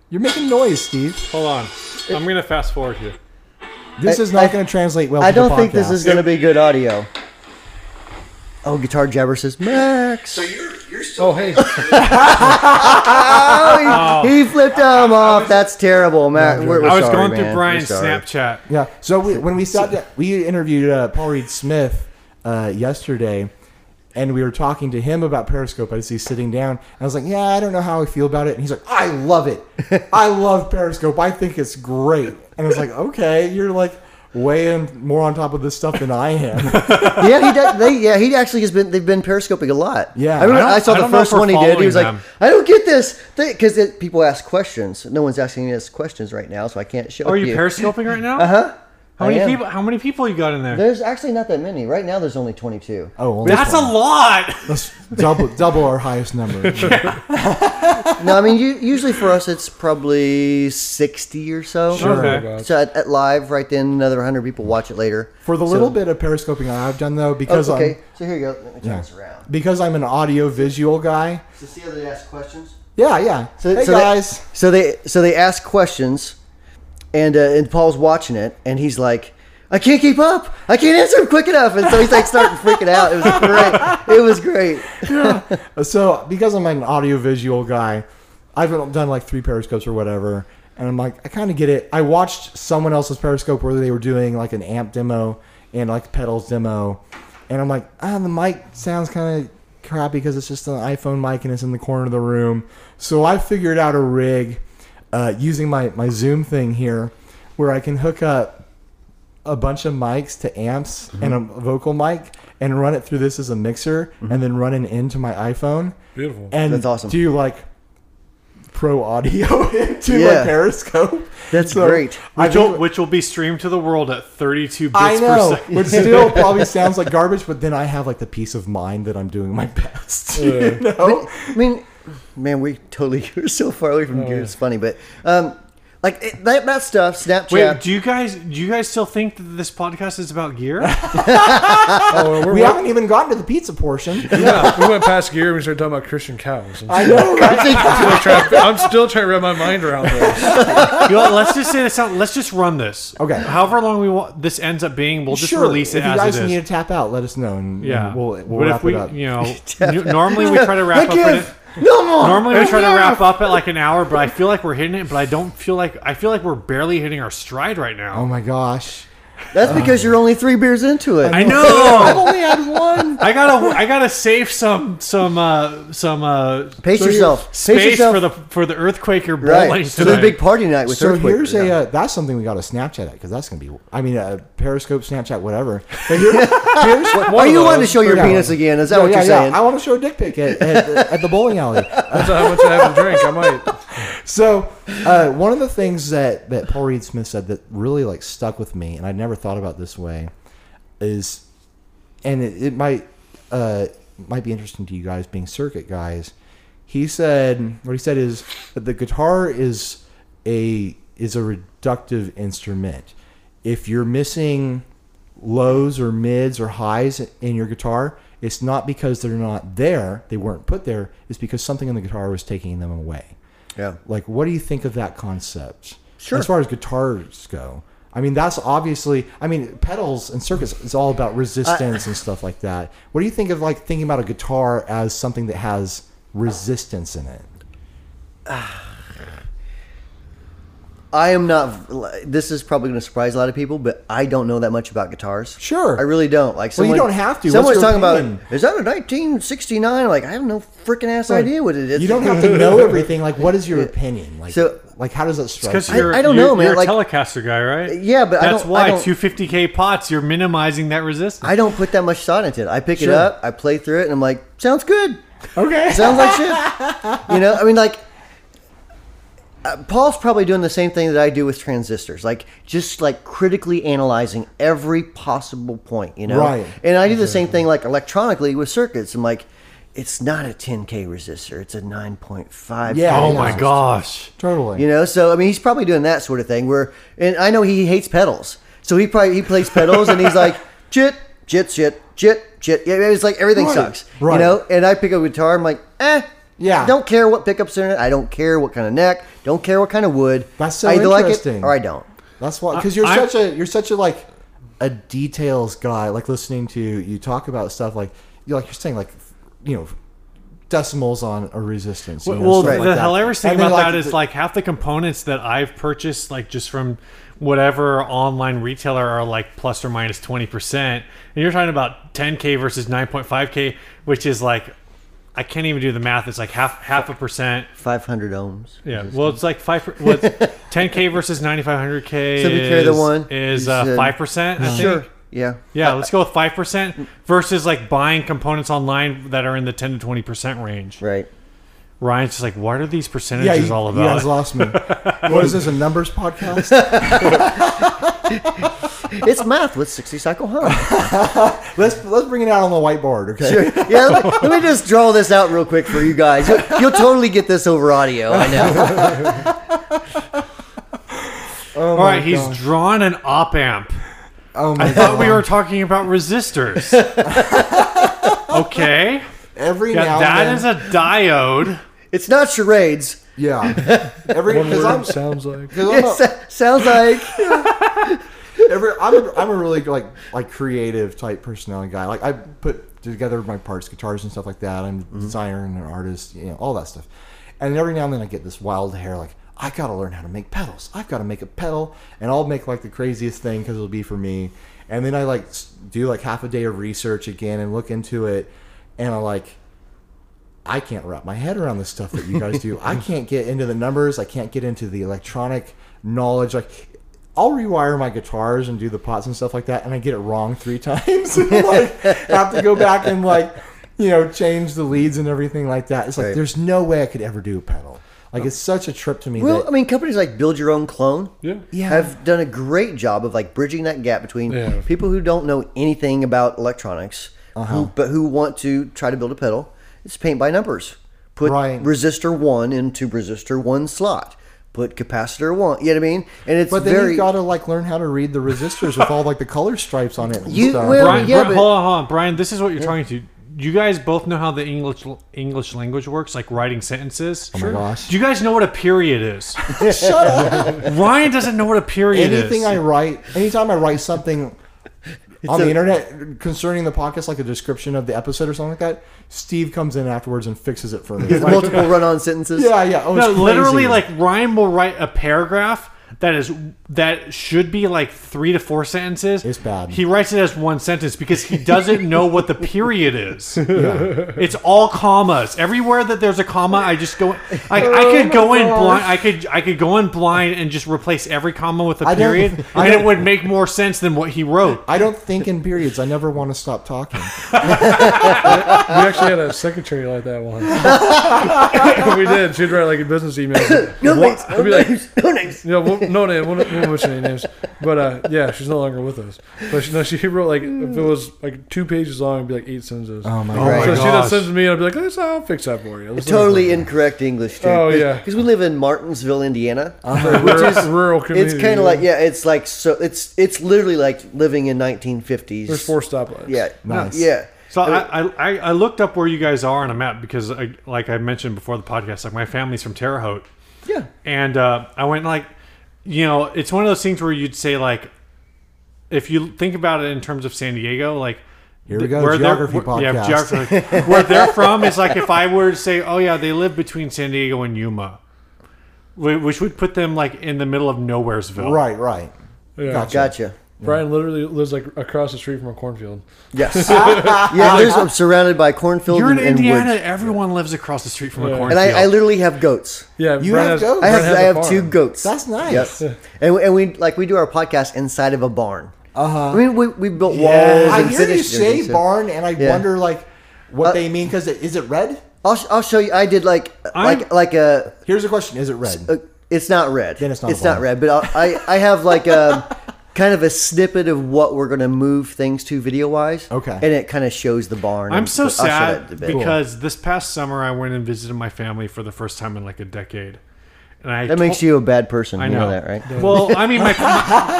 B: You're making noise, Steve.
D: Hold on. I'm gonna fast forward here.
B: This
C: I-
B: is
C: I-
B: not going to translate well.
C: i
B: to the
C: don't think this
B: podcast.
C: is going to be good audio oh guitar jabber
B: [LAUGHS]
C: says max
E: Oh, hey.
C: oh, he, he flipped him off that's terrible max we're, we're
D: I was
C: sorry,
D: going
C: man.
D: through
C: We're
D: Brian's
C: sorry.
D: Snapchat.
B: Yeah. So we, when
C: [LAUGHS]
B: we sat down, we interviewed uh, Paul Reed Smith uh, yesterday, and we were talking to him about Periscope as he's sitting down. I was like, "Yeah, I don't know how I feel about it," and he's like, "I love it.
C: [LAUGHS]
B: I love Periscope. I think it's great." And I was like, "Okay, you're like." Way in, more on top of this stuff than I [LAUGHS]
C: [LAUGHS]
B: am.
C: yeah, he does. They, yeah, he actually has been. They've been periscoping a lot.
B: Yeah.
C: I remember.
D: I
C: I,
D: don't-
C: saw
D: I
C: the
D: don't know
C: first
D: if we're
C: one he did. He
D: following
C: was like,
D: them.
C: "I don't get this," because people ask questions. No one's asking us questions right now, so I can't show.
D: Oh, are you
C: you.
D: periscoping right now? Uh huh. How
C: Uh-huh, I
D: many
C: am.
D: people? How many people you got in there?
C: There's actually not that many right now. There's only 22.
B: Oh, well,
D: That's a
C: [LAUGHS]
D: lot.
B: that's double double our highest number.
C: No, I mean, you, usually for us it's probably 60 or so.
D: Sure.
E: Okay.
C: So at, at live, right then, another 100 people watch it later.
B: For the
C: So-
B: little bit of periscoping I've done though,
C: Oh,
B: because
C: okay.
B: I'm
C: So here you go. Let me turn this around.
B: because I'm an audio visual guy.
C: So see how they ask questions.
B: Yeah, yeah.
C: So,
B: hey
C: so
B: guys,
C: They, so they so they ask questions, and uh, and Paul's watching it, and he's like, "I can't keep up. I can't answer them quick enough." And so he's like starting freaking out. It was great. It was great.
B: So because I'm an audiovisual guy, I've done like three periscopes or whatever, and I'm like, I kind of get it. I watched someone else's periscope where they were doing like an amp demo and like pedals demo, and I'm like, ah, the mic sounds kind of crappy because it's just an iPhone mic and it's in the corner of the room. So I figured out a rig uh, using my my Zoom thing here, where I can hook up a bunch of mics to amps and a
C: Mm-hmm.
B: vocal mic and run it through this as a mixer and then run it into my iPhone.
E: Beautiful.
B: And
C: That's awesome.
B: do like pro audio [LAUGHS] into
C: Yeah.
B: my Periscope.
C: That's
B: So,
C: great.
B: I
D: Which will,
B: think-
D: which will be streamed to the world at 32 bits
B: I know,
D: per second.
B: which still probably sounds like garbage, but then I have like the peace of mind that I'm doing my [LAUGHS] best. You know?
C: I mean, man, we totally [LAUGHS] are so far away
B: Oh,
C: from good. It's funny, but um, like it, that that stuff. Snapchat.
D: Wait, do you guys do you guys still think that this podcast is about
C: [LAUGHS]
D: gear?
E: Oh, we're,
B: We
E: we're-
B: haven't even gotten to the pizza
D: [LAUGHS]
B: portion.
E: yeah, we went past gear and we started talking about Christian cows. I'm
B: I know, right?
E: still trying, I'm still trying to wrap my mind around this.
D: You know what, let's just say this out. Let's just run this.
B: Okay.
D: However long we want this ends up being, we'll just
B: sure.
D: release it
B: if you
D: as
B: guys
D: it is.
B: need to tap out, let us know, and
D: yeah.
B: and we'll, we'll
D: but
B: wrap
D: if we,
B: it up.
D: you
B: [LAUGHS]
D: know, n- normally we try to wrap up.
C: give.
D: At,
C: no more.
D: normally we try to wrap up at like an hour, but I feel like we're hitting it. But I don't feel like I feel like we're barely hitting our stride right
B: Oh
D: now.
B: my gosh!
C: That's because you're only three beers into it.
D: I
B: [LAUGHS] I've
D: know.
B: only had one.
D: I gotta I gotta save some some uh some uh
C: Pace
B: So you're-
C: yourself. Pace
D: space
C: yourself.
D: for the for the earthquaker bowling
C: right. So
D: tonight.
C: there's a big party night with
B: So
C: earthquake.
B: here's a uh, that's something we got to Snapchat at because that's gonna be I mean uh, Periscope Snapchat whatever. But here-
C: [LAUGHS]
B: here's
C: Are Oh, you wanting to show your
B: Yeah.
C: penis again? Is that
B: Yeah,
C: what
B: yeah,
C: you're
B: yeah.
C: saying?
B: I want to show a dick pic at, at, at the bowling alley.
E: That's how much I have to drink. I might.
B: So uh, one of the things that that Paul Reed Smith said that really like stuck with me, and I never thought about this way, is, and it, it might uh, might be interesting to you guys being circuit guys. He said what he said is that the guitar is a is a reductive instrument. If you're missing lows or mids or highs in your guitar, it's not because they're not there, they weren't put there, it's because something in the guitar was taking them away.
C: Yeah.
B: Like, what do you think of that concept?
C: Sure.
B: As far as guitars go, I mean, that's obviously. I mean, pedals and circuits is all about
C: Uh,
B: resistance and stuff like that. What do you think of like thinking about a guitar as something that has resistance in it?
C: I am not. This is probably going to surprise a lot of people, but I don't know that much about guitars.
B: Sure.
C: I really don't. Like,
B: Well, you
C: someone,
B: don't have to.
C: Someone's
B: What's your
C: talking
B: opinion?
C: about is that a 1969? Like, I have no freaking ass idea what it is.
B: You don't have
C: [LAUGHS]
B: to know everything. Like, what is your opinion? Like,
C: So-
B: like how does that strike?
D: Because
B: You?
D: you're,
C: I don't
D: you're,
C: know, man,
D: You're a
C: like-
D: Telecaster guy, right?
C: Yeah, but I
D: that's
C: don't-
D: why
C: I don't-
D: 250k pots. You're minimizing that resistance.
C: I don't put that much thought into it. I pick
B: Sure.
C: it up, I play through it, and I'm like, sounds good.
B: Okay.
C: Sounds like shit. You know, I mean, like, uh, Paul's probably doing the same thing that I do with transistors, like just like critically analyzing every possible point. You know,
B: Right.
C: And I do the same thing like electronically with circuits. I'm like, it's not a 10k resistor; it's a 9.5.
B: Yeah.
D: oh
B: yeah.
D: my gosh.
B: Totally.
C: You know, so I mean, he's probably doing that sort of thing. Where, and I know he hates pedals, so he probably he plays pedals, and he's like [LAUGHS] chit chit chit chit chit. Yeah, it's like everything
B: Right,
C: sucks,
B: right.
C: you know. And I pick up a guitar, I'm like, eh,
B: Yeah.
C: Don't care what pickups are in it. I don't care what kind of neck. Don't care what kind of wood.
B: That's so
C: I either like
B: interesting.
C: it or I don't.
B: That's why, because you're
D: I-
B: such a you're such a like a details guy. Like listening to you talk about stuff like you like you're saying like you know decimals on a resistance. you know,
D: Well,
B: stuff
D: the
B: like that.
D: hilarious thing
B: And then,
D: about that is
B: the-
D: like half the components that I've purchased, like just from whatever online retailer, are like plus or minus twenty percent, and you're talking about 10k versus 9.5k, which is like I can't even do the math. It's like half half a percent.
C: Five hundred ohms.
D: Yeah. Well, it's like five. per- What's
C: [LAUGHS]
D: 10k versus 9500k?
C: So we carry the
D: is-
C: one.
D: is
C: You
D: uh,
C: said-
D: five percent. I think.
C: Sure. Yeah.
D: Yeah, let's go with five percent versus like buying components online that are in the ten to twenty percent range.
C: Right.
D: Ryan's just like, what are these
B: yeah,
D: percentages
B: you,
D: all
B: all
D: about?
B: you guys lost
D: [LAUGHS]
B: me. what is this? A numbers podcast?
C: It's math with sixty cycle hum. [LAUGHS]
B: let's let's bring it out on the whiteboard. Okay.
C: yeah. Let me, let me just draw this out real quick for you guys. You'll, you'll totally get this over audio. I
B: [LAUGHS]
C: know.
B: Oh
D: all
B: my
D: right, he's
B: gosh.
D: drawn an
B: [LAUGHS]
D: op amp.
B: Oh my
D: I thought we
B: God.
D: were talking about resistors.
B: [LAUGHS]
D: okay,
B: every
D: yeah,
B: now
D: that
B: and
D: is
B: then.
D: a
B: [LAUGHS]
D: diode.
C: It's not charades.
D: [LAUGHS]
B: yeah. Every
E: One
B: because
E: word
B: I'm,
E: it sounds
C: [LAUGHS]
E: like.
B: 'cause I'm a-
C: It sa- sounds like
B: every I'm a, I'm a really like like creative type personality guy. Like I put together my parts, guitars and stuff like that. I'm a designer and an artist, you know, all that stuff. And every now and then I get this wild hair like I got to learn how to make pedals. I've got to make a pedal and I'll make like the craziest thing cuz it'll be for me. And then I like s- do like half a day of research again and look into it and I like I can't wrap my head around the stuff that you guys do. I can't get into the numbers. I can't get into the electronic knowledge. Like, I'll rewire my guitars and do the pots and stuff like that, and I get it wrong three [LAUGHS] times. And, like, have to go back and like, you know, change the leads and everything like that. It's like
C: Right.
B: there's no way I could ever do a pedal. Like, it's such a trip to me.
C: well,
B: that,
C: I mean, companies like Build Your Own Clone
E: Yeah.
B: Yeah.
C: have done a great job of like bridging that gap between
E: Yeah.
C: people who don't know anything about electronics,
B: Uh-huh.
C: who, but who want to try to build a pedal. It's paint by numbers. Put
B: Right.
C: resistor one into resistor one slot. Put capacitor one. You know what I mean? And it's
B: but then
C: very
B: you've got to like learn how to read the resistors with all like the color stripes on it. And
C: You-
B: stuff.
C: well-
D: Brian,
C: yeah,
D: Brian-
C: but-
D: hold on, hold on, Brian. This is what you're trying to. You guys both know how the English English language works, like writing sentences. Oh
B: my gosh.
D: Do you guys know what a period is?
B: [LAUGHS] Shut up.
D: Ryan doesn't know what a period
B: anything
D: is.
B: I write, anytime I write something on
C: a-
B: the internet concerning the podcast, like a description of the episode or something like that, Steve comes in afterwards and fixes it for me. Like,
C: multiple run-on
B: [LAUGHS]
C: sentences.
B: yeah, yeah. Oh, it's
D: no, literally,
B: crazy.
D: like Ryan will write a paragraph that is that should be like three to four sentences.
B: It's bad.
D: He writes it as one sentence because he doesn't know what the period
B: [LAUGHS]
D: is. It's all commas. Everywhere that there's a comma, I just go. I, I could go in blind. I could I could go in blind and just replace every comma with a
B: I don't- [LAUGHS]
D: period,
B: I
D: and it
B: don't-
D: would make more sense than what he wrote.
B: I don't think in periods. I never want to stop talking.
E: We actually had a secretary like that once. [LAUGHS] we did. She'd write like a business email.
C: [LAUGHS] No
E: What-
C: names.
E: I'd
C: No
E: be like-
C: names. No names.
E: Yeah, well, no name. We won't we won't mention any names. But uh, yeah, she's no longer with us. But she, no, she wrote like if it was like two pages long, it'd be like eight sentences. Oh
B: my
D: Oh my
E: So she
D: gosh.
E: that sends to me, and I'd be like, "Let's- I'll fix that for you. Let's
C: Totally incorrect English. Too,
E: Oh, yeah.
C: because we live in Martinsville, Indiana.
B: Uh-huh.
E: which is rural community.
C: It's kind
E: yeah.
C: of like yeah, it's like so it's it's literally like living in 1950s.
E: there's four stoplights.
C: Yeah,
B: Nice.
C: yeah.
D: So I, I I- I looked up where you guys are on a map because, I, like I mentioned before the podcast, like my family's from Terre Haute.
C: Yeah.
D: and uh, I went like, you know, it's one of those things where you'd say like, if you think about it in terms of San Diego, like.
B: Here we go,
D: they're-
B: geography
D: where- Yeah,
B: podcast.
D: geography. where they're from is like if I were to say, oh yeah, they live between San Diego and Yuma. Wh- Which would put them like in the middle of nowheresville.
B: Right, right.
E: Yeah.
C: Gotcha.
E: Brian literally lives like across the street from a cornfield.
B: [LAUGHS]
C: Yes. yeah,
B: uh,
C: there's, I'm surrounded by cornfields
D: You're in
C: and, and
D: Indiana.
C: woods.
D: Everyone lives across the street from a
C: And
D: cornfield.
C: I, I literally have goats.
E: Yeah,
B: You have
E: Brian has,
B: goats?
C: I
E: Brian
C: have
E: has
C: I
E: a
C: have two
E: farm.
C: goats.
B: That's nice.
C: Yes. and, we- and we like we do our podcast inside of a barn. Uh huh. I mean, we, we built walls.
B: Uh-huh. I
C: and
B: hear you
C: finished
B: say
C: everything, so-
B: barn, and I
C: Yeah.
B: wonder like what
C: Uh,
B: they mean because it, is it red?
C: I'll, sh- I'll show you. I did like
D: I'm-
C: like like a.
B: Here's a question: Is it red?
C: a Uh, it's not red.
B: Then it's not a
C: It's not
B: barn.
C: red. But I'll, I I have
B: [LAUGHS]
C: like a kind of a snippet of what we're gonna move things to video wise.
B: Okay.
C: And it kind of shows the barn.
D: I'm
C: and-
D: so
C: I'll show
D: sad
C: that bit.
D: because this past summer I went and visited my family for the first time in like a decade, and I
C: that makes
D: told-
C: you a bad person.
D: I
C: you
D: know.
C: know that, right?
D: Well, I mean,
C: [LAUGHS]
D: my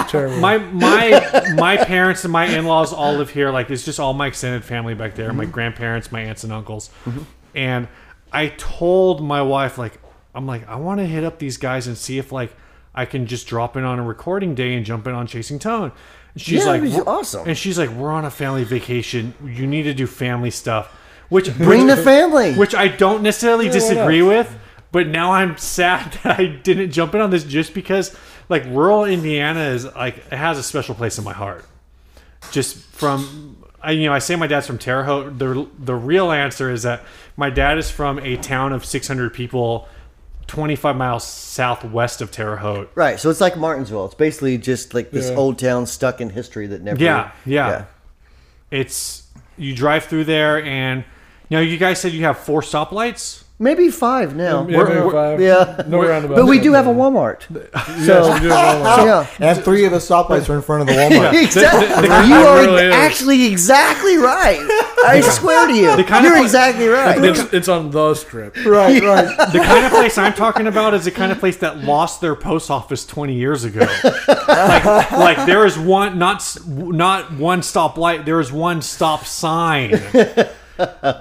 E: Terrible.
D: my my my parents and my in-laws all live here. Like it's just all my extended family back there.
C: Mhm.
D: My grandparents, my aunts and uncles,
C: Mm-hmm.
D: and I told my wife like I'm like I want to hit up these guys and see if like I can just drop in on a recording day and jump in on Chasing Tone. And She's
C: Yeah,
D: like,
C: that'd be
D: "We're-"
C: awesome.
D: and she's like, we're on a family vacation. You need to do family stuff. Which [LAUGHS]
C: Bring the
D: which-
C: family.
D: which I don't necessarily disagree with, but now I'm sad [LAUGHS] that I didn't jump in on this just because like rural Indiana is like it has a special place in my heart. Just from I you know, I say my dad's from Terre Haute. The the real answer is that my dad is from a town of 600 people 25 miles southwest of Terre Haute.
C: Right, so it's like Martinsville. It's basically just like this
E: Yeah.
C: old town stuck in history that never.
D: Yeah, yeah. It's you drive through there and you know, you guys said you have four stoplights?
C: Maybe five now.
E: Yeah,
C: We're-
E: maybe five.
C: yeah.
E: no roundabouts.
C: but we do have a Walmart. So,
E: Yes, we do have one.
D: Oh,
C: yeah.
B: and three of the stoplights are in front of the Walmart.
C: Exactly. you are
E: really is.
C: actually exactly right. I swear to you.
D: kind of
C: You're
D: pla-
C: exactly right.
E: It's, it's on the strip.
B: [LAUGHS] right, right.
D: The kind of place I'm talking about is the kind of place that lost their post office 20 years ago. like, like there is one not s- not one stop light. There is one stop sign.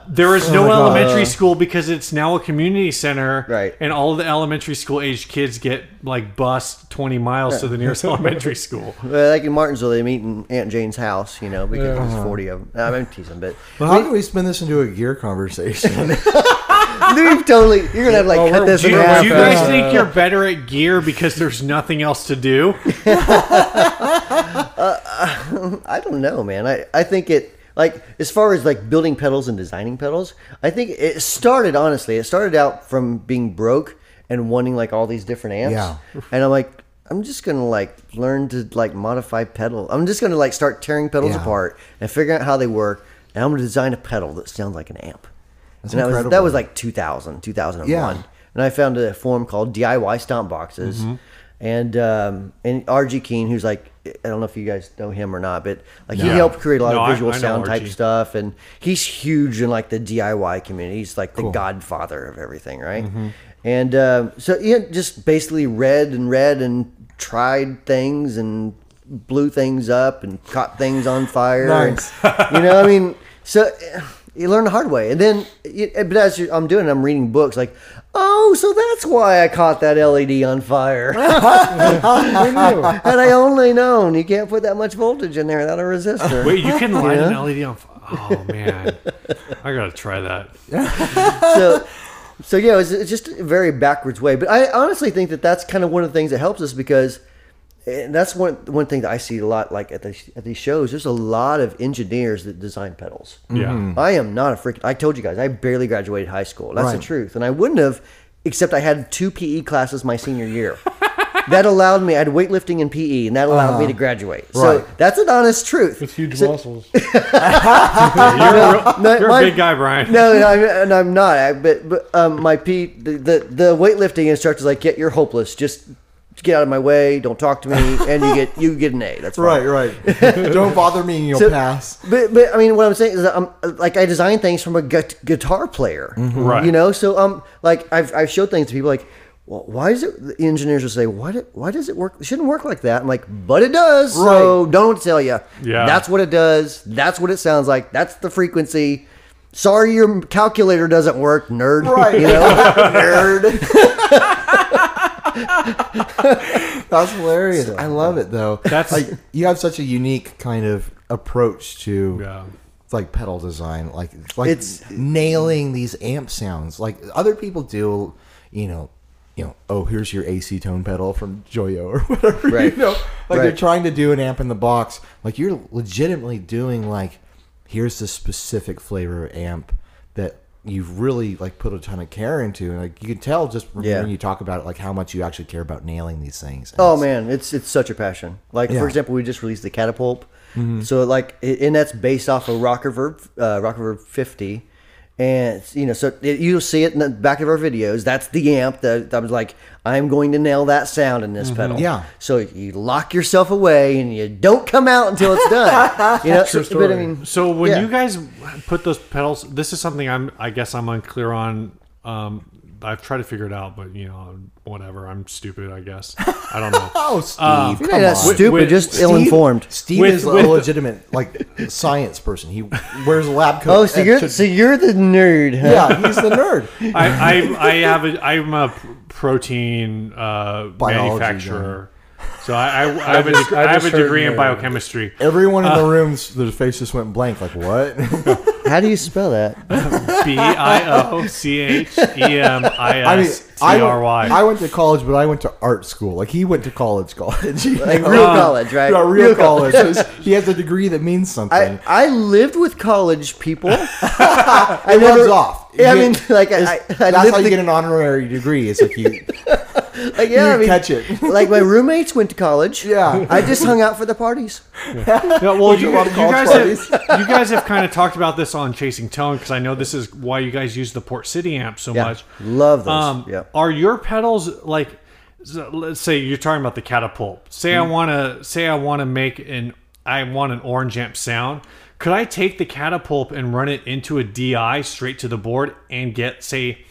D: There is no elementary school because it's now a community center,
C: Right.
D: And all the elementary school aged kids get like bused 20 miles to the nearest elementary school.
C: Well, like in Martinsville, they meet in Aunt Jane's house, you know, because
E: Uh-huh.
C: there's 40 of them. I'm teasing, but [LAUGHS]
B: Well, how can we spin this into a gear conversation?
C: you've totally, you're going to have like
E: Oh,
C: cut
E: we're-
C: this
D: Do
C: in
D: you,
C: half.
D: do you guys
E: Uh,
D: think you're better at gear because there's nothing else to do?
C: I don't know, man. I, I think it like as far as like building pedals and designing pedals, I think it started honestly. It started out from being broke and wanting like all these different amps.
B: Yeah.
C: And I'm like, I'm just gonna like learn to like modify pedal. I'm just gonna like start tearing pedals
B: Yeah.
C: apart and figuring out how they work. And I'm gonna design a pedal that sounds like an amp. That's and that was that
B: incredible.
C: was like 2000, 2001.
B: Yeah.
C: And I found a forum called DIY Stomp Boxes. And um, and RG Keen, who's like, I don't know if you guys know him or not, but like he
D: No.
C: helped create a lot
D: No, I-
C: of visual
D: I know
C: sound type
D: RG.
C: stuff, and he's huge in like the DIY community. He's like the godfather of everything, right? And um, so he had just basically read and read and tried things and blew things up and caught things on fire. and-
B: Nice.
C: you know, I mean, so eh, you learn the hard way, and then, you, eh, but as you- I'm doing, it, I'm reading books like, oh, so that's why I caught that LED on fire, [LAUGHS] and I only known you can't put that much voltage in there without a resistor.
D: Wait, you can light an LED on. fi- Oh man, I gotta try that.
C: so, so yeah, it's, it's just a very backwards way. But I honestly think that that's kind of one of the things that helps us because and that's one one thing that I see a lot, like at the, at these shows. There's a lot of engineers that design pedals.
D: Yeah.
B: Mm-hmm.
C: I am not a freaking. I told you guys, I barely graduated high school. That's
B: Right.
C: the truth, and I wouldn't have, except I had two PE classes my senior year. [LAUGHS] that allowed me. I had weightlifting and PE, and that allowed me to graduate.
B: Uh-huh. right.
C: So that's an honest truth.
E: With huge
C: So-
E: muscles.
D: You're, a real-
C: no,
D: you're
C: my-
D: a big guy, Brian.
C: No, no, I'm, and I'm not. I, but but um, my P the, the the weightlifting instructor's like, yeah, you're hopeless. Just get out of my way. Don't talk to me, and you get you get an A. That's fine."
B: right, right. [LAUGHS] Don't bother me, and you'll
C: So-
B: pass.
C: But but I mean, what I'm saying is, that I'm like I design things from a gut, guitar player,
D: Right.
C: You know, so um, like I've I've showed things to people like. Well, why is it? The engineers will say, "Why? Do, why does it work? It shouldn't work like that." I'm like, "But it does." So don't tell you.
D: Yeah.
C: that's what it does. That's what it sounds like. That's the frequency. Sorry, your calculator doesn't work, nerd.
B: Right.
C: You know.
B: Nerd. That's hilarious. I love it though.
D: That's-
B: like you have such a unique kind of approach to
D: Yeah.
B: it's like pedal design, like like
C: It's-
B: nailing these amp sounds. Like other people do, you know, you know, oh, here's your AC tone pedal from Joyo or [LAUGHS] whatever.
C: Right.
B: You know, like they're
C: Right.
B: trying to do an amp in the box. Like you're legitimately doing like, here's the specific flavor of amp that you've really like put a ton of care into, and like you can tell just from
C: Yeah.
B: when you talk about it, like how much you actually care about nailing these things. And
C: Oh
B: it's-
C: man, it's it's such a passion. Like
B: Yeah. Mm-hmm.
C: for example, we just released the catapult, so like it- and that's based off of Rock Reverb, uh, Rock Reverb fifty, and it's, you know so it, you'll see it in the back of our videos. That's the amp that, that was like I'm going to nail that sound in this pedal.
B: Mm-hmm. Yeah.
C: So you lock yourself away and you don't come out until it's done.
B: [LAUGHS]
C: you know, so, but I mean,
D: So when
C: Yeah.
D: you guys put those pedals, this is something I'm. I guess I'm unclear on. Um, I've tried to figure it out, but you know, whatever. I'm stupid. I guess I
B: [LAUGHS]
D: don't know.
B: Oh, Steve,
C: you're
B: come
C: not
B: on.
C: stupid,
D: With-
C: just
B: Steve-
C: ill informed.
B: Steve
D: With-
B: is
D: with-
B: a legitimate [LAUGHS] like science person. He wears a lab coat.
C: Oh, so
B: and
C: [LAUGHS] you're
B: should-
C: so you're the nerd, huh?
B: yeah, he's the nerd.
D: I, I I have a I'm a protein uh,
B: Biology
D: manufacturer, so I I, I have a,
E: just-
D: deg-
E: I
D: I have a
E: just heard
D: degree in
E: nerd.
D: biochemistry.
B: Everyone in the room, their face just went blank. Like what?
C: How do you spell that?
D: B I O C H E M I
B: I mean,
D: S T
B: I
D: R
B: went, I
D: Y.
B: went to college, but I went to art school. Like he went to college, college, [LAUGHS] You
C: Like
B: know?
C: real college, right?
B: Yeah, real, college. So he has a degree that means something.
C: I, I lived with
B: [LAUGHS]
C: college people. [LAUGHS] I
B: it
C: never-
B: rubs off.
C: Yeah, I
B: You-
C: mean, like I, I,
B: it's-
C: I
B: that's
C: lived
B: how you
C: the-
B: get an honorary degree. It's like you,
C: like, yeah,
B: you
C: I mean,
B: catch it.
C: like
B: [LAUGHS]
C: my roommates went to college.
B: Yeah.
C: I just hung out for the parties.
D: No, well, you,
B: a lot of
D: you
B: college
D: guys
C: [LAUGHS]
D: have, you guys have kind of talked about this on Chasing Tone because I know this is why you guys use the Port City amp so
C: Yeah,
D: much.
C: love those.
D: Um,
C: Yeah.
D: Are your pedals like? so Let's say you're talking about the catapult. Say
C: Mm-hmm.
D: I want to say I want to make an I want an orange amp sound. Could I take the catapult and run it into a DI straight to the board and get say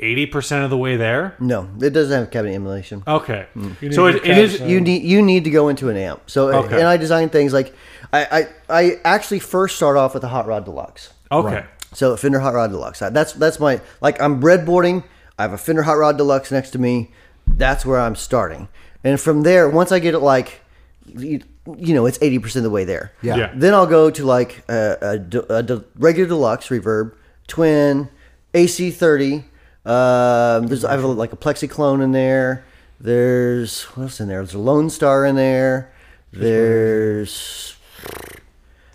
D: eighty percent of the way there?
C: No, it doesn't have cabinet emulation.
D: Okay,
E: Mm. You
D: so
E: need
D: it,
E: to
D: it is. um,
E: catch
C: You need you need to go into an amp. So
D: Okay.
C: and I design things like I, I I actually first start off with a hot rod deluxe.
E: uh,
D: Okay,
C: So Fender Hot Rod Deluxe. That's that's my like I'm breadboarding. I have a Fender Hot Rod Deluxe next to me. That's where I'm starting. And from there, once I get it like you, you know, it's 80% of the way there.
B: Yeah.
D: Yeah.
C: Then I'll go to like a, a d- a d- regular deluxe reverb, twin, AC30. Um, there's I have like a plexi clone in there. There's what else in there? There's a Lone Star in there. There's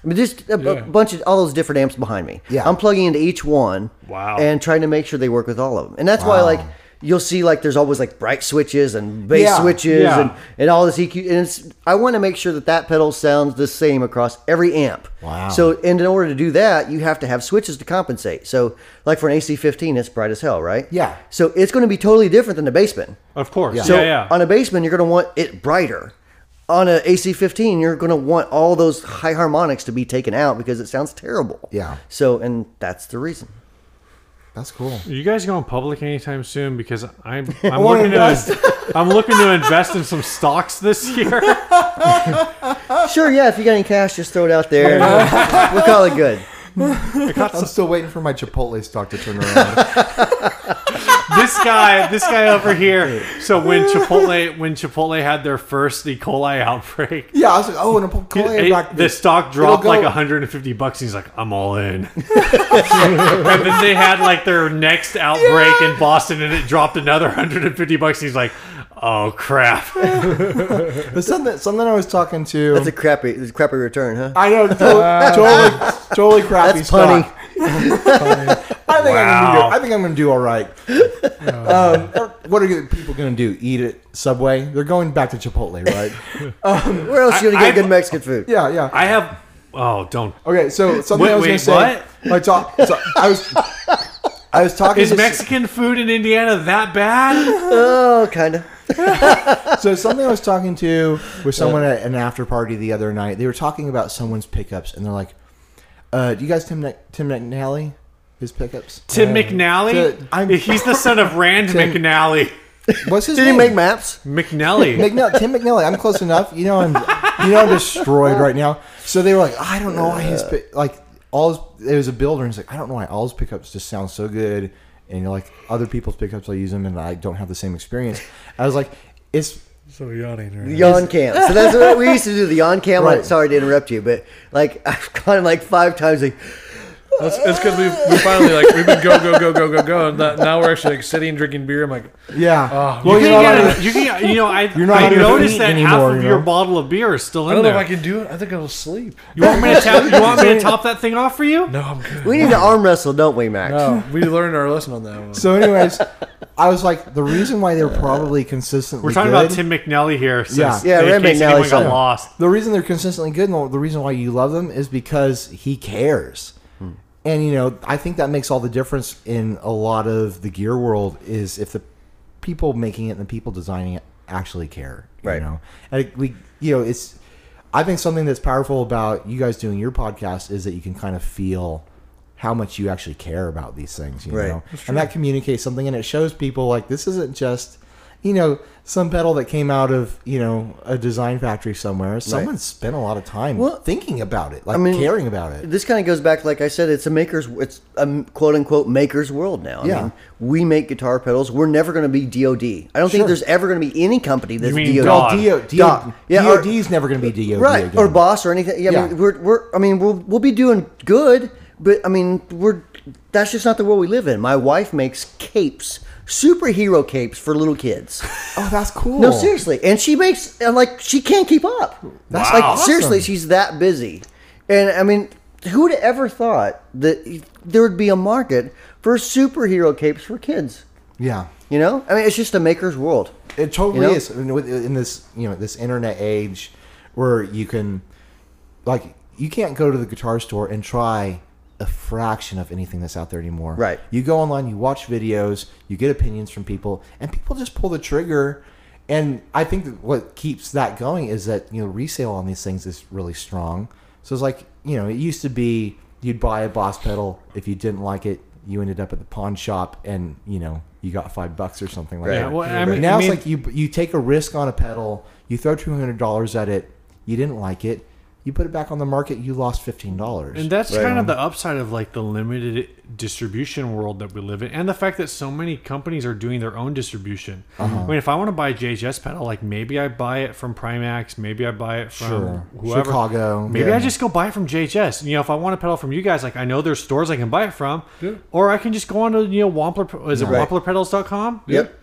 C: I mean, just a, bu-
E: Yeah.
C: bunch of all those different amps behind me.
B: Yeah.
C: I'm plugging into each one.
D: Wow.
C: And trying to make sure they work with all of them. And that's why,
B: Wow.
C: like, you'll see, like, there's always, like, bright switches and bass
B: Yeah,
C: switches
D: yeah.
C: and, and all this EQ. And it's, I want to make sure that that pedal sounds the same across every amp.
B: Wow.
C: So, and in order to do that, you have to have switches to compensate. So, like, for an AC15, it's bright as hell, right?
B: Yeah.
C: So, it's going to be totally different than the basement.
D: of course. Yeah,
C: So
D: yeah.
C: on a basement, you're going to want it brighter. On a AC15, you're going to want all those high harmonics to be taken out because it sounds terrible.
B: Yeah.
C: So, and that's the reason.
B: That's [LAUGHS] cool.
D: Are you guys going public anytime soon? Because
B: [LAUGHS]
D: I'm I'm
B: wanna
D: looking
B: invest.
D: to I'm looking to invest in some stocks this
B: [LAUGHS]
D: year.
C: Sure, yeah. If you got any cash, just throw it
D: [LAUGHS]
C: out there. we'll call it good.
B: I'm still waiting for my Chipotle stock to turn around.
D: this guy, this guy over here. So
B: [LAUGHS]
D: when Chipotle when Chipotle had their first E. coli outbreak,
B: [LAUGHS] yeah, I was like, oh, and a Chipotle
D: it-
B: back-
D: the stock dropped
B: go-
D: like 150 bucks. He's like, I'm
B: [LAUGHS]
D: all in. and then they had like their next outbreak in Boston, and it dropped another 150 bucks. He's like, Oh crap!
B: But something, something I was talking to.
C: That's a crappy, it's a crappy return, huh?
B: I
C: [LAUGHS]
B: know, totally, totally, totally crappy
C: That's
B: stock.
C: punny. [LAUGHS]
B: I think I'm gonna
D: Wow.
B: do, I think I'm gonna do all right. um, what are you- people gonna do? Eat at Subway? They're going back to Chipotle, [LAUGHS] right?
C: Where else you gonna
D: I-
C: get good
D: I-
C: Mexican food?
B: yeah, yeah.
D: I have. Oh, don't.
B: okay, so something I was
D: Wait,
B: gonna
D: wait,
B: say. I talk, so I was, I was talking.
D: Is
B: to-
D: Mexican food in Indiana that bad?
C: Oh, kind of.
B: So something I was talking to with someone at an after party the other night. They were talking about someone's pickups, and they're like, uh, "Do you guys Tim Mc- Tim McNally his pickups?
D: Tim McNally?
B: to- I'm-
D: He's the son of
B: [LAUGHS]
D: Rand McNally.
B: What's his
C: Did he
B: name?
C: make maps?
D: McNally.
B: McNally, Tim McNally. I'm close enough. You know, I'm, you know, I'm destroyed right now. So they were like, I don't know why his pick- like all. His, it was a builder, and he's like, I don't know why all his pickups just sound so good. And you're like, other people's pickups, I use them, and I don't have the same experience. I was like, it's
E: So yawning right now.
C: Yon cam. So that's what we used to do. The yon cam.
B: Right.
C: [LAUGHS] Sorry to interrupt you, but like I've gone like five times. Like,
E: That's, it's because we we finally like we've been go go go go go go, and that, now we're actually like sitting drinking beer. I'm like,
B: Yeah.
E: Oh,
B: well,
D: You
B: you
D: can
B: know,
D: get
B: I-
D: a- you can- you know, I,
B: You're not
D: I
B: on your
D: noticed
B: feet
D: that half
B: anymore,
D: of
B: you
D: your
B: know?
D: bottle of beer is still
E: I
D: in
E: don't know
D: there.
E: if I can do it. I think I'll sleep.
D: you want me to tap, you
B: [LAUGHS]
D: want me to top that thing off for you?
E: No, I'm good.
C: We need to arm wrestle, don't we, Max?
E: No, Oh, we learned our lesson on that one.
B: so, anyways, I was like, the reason why they're probably consistently
D: We're talking
B: good,
D: about Tim McNally here. Since
B: Yeah.
C: Yeah,
D: in
C: Ray
D: case
C: McNally
D: anyone got
C: said-
D: lost.
B: The reason they're consistently good and the reason why you love them is because he cares.
C: Hmm.
B: And, you know, I think that makes all the difference in a lot of the gear world is if the people making it and the people designing it actually care. You
C: Right.
B: know, and we, you know, it's, I think something that's powerful about you guys doing your podcast is that you can kind of feel how much you actually care about these things, you
C: Right.
B: know, and that communicates something and it shows people like this isn't just, you know, some pedal that came out of, you know, a design factory somewhere. Someone spent a lot of time thinking about it, like
C: mean-
B: caring about it.
C: This kind of goes back, like I said, it's a maker's, it's a quote unquote maker's world now. I
B: Yeah.
C: mean, we make guitar pedals. We're never going to be DOD. I don't think
B: Sure.
C: there's ever going to be any company that's
D: mean
C: DOD.
D: God.
B: Well, DO, DO,
C: Dot. Yeah, or-
B: DOD is never going to be DOD.
C: right
B: again.
C: or boss or anything. Yeah, I
B: Yeah.
C: mean, we're, we're I mean we'll we'll be doing good, but I mean we're that's just not the world we live in. My wife makes capes, superhero capes for little kids.
B: Oh, that's cool.
C: No, seriously, and she makes and like she can't keep up. That's like
D: Wow.
C: seriously,
B: Awesome.
C: she's that busy, and I mean, who'd ever thought that there would be a market for superhero capes for kids?
B: Yeah.
C: You know, I mean, it's just a maker's world.
B: It totally
C: You know?
B: is in, with- in this you know this internet age where you can like you can't go to the guitar store and try a fraction of anything that's out there anymore.
C: Right.
B: You go online, you watch videos, you get opinions from people, and people just pull the trigger. And I think that what keeps that going is that you know resale on these things is really strong. So it's like you know it used to be you'd buy a Boss pedal if you didn't like it, you ended up at the pawn shop and you know you got five bucks or something like
C: Right.
B: that
D: Yeah, well, I mean,
B: now
D: I mean-
B: it's like you you take a risk on a pedal. You throw two hundred dollars at it. You didn't like it. You put it back on the market. You lost fifteen dollars.
D: And that's kind of the upside of like the limited distribution world that we live in, and the fact that so many companies are doing their own distribution.
B: Uh-huh.
D: I mean, if I want to buy a JHS pedal, like maybe I buy it from Primax, maybe I buy it from
B: Sure.
D: whoever.
B: Chicago,
D: Maybe
B: yeah.
D: I just go buy it from JHS. You know, if I want a pedal from you guys, like I know there's stores I can buy it from, or I can just go on to you know Wampler. Is it
C: Right.
D: WamplerPedals.com?
C: Yep.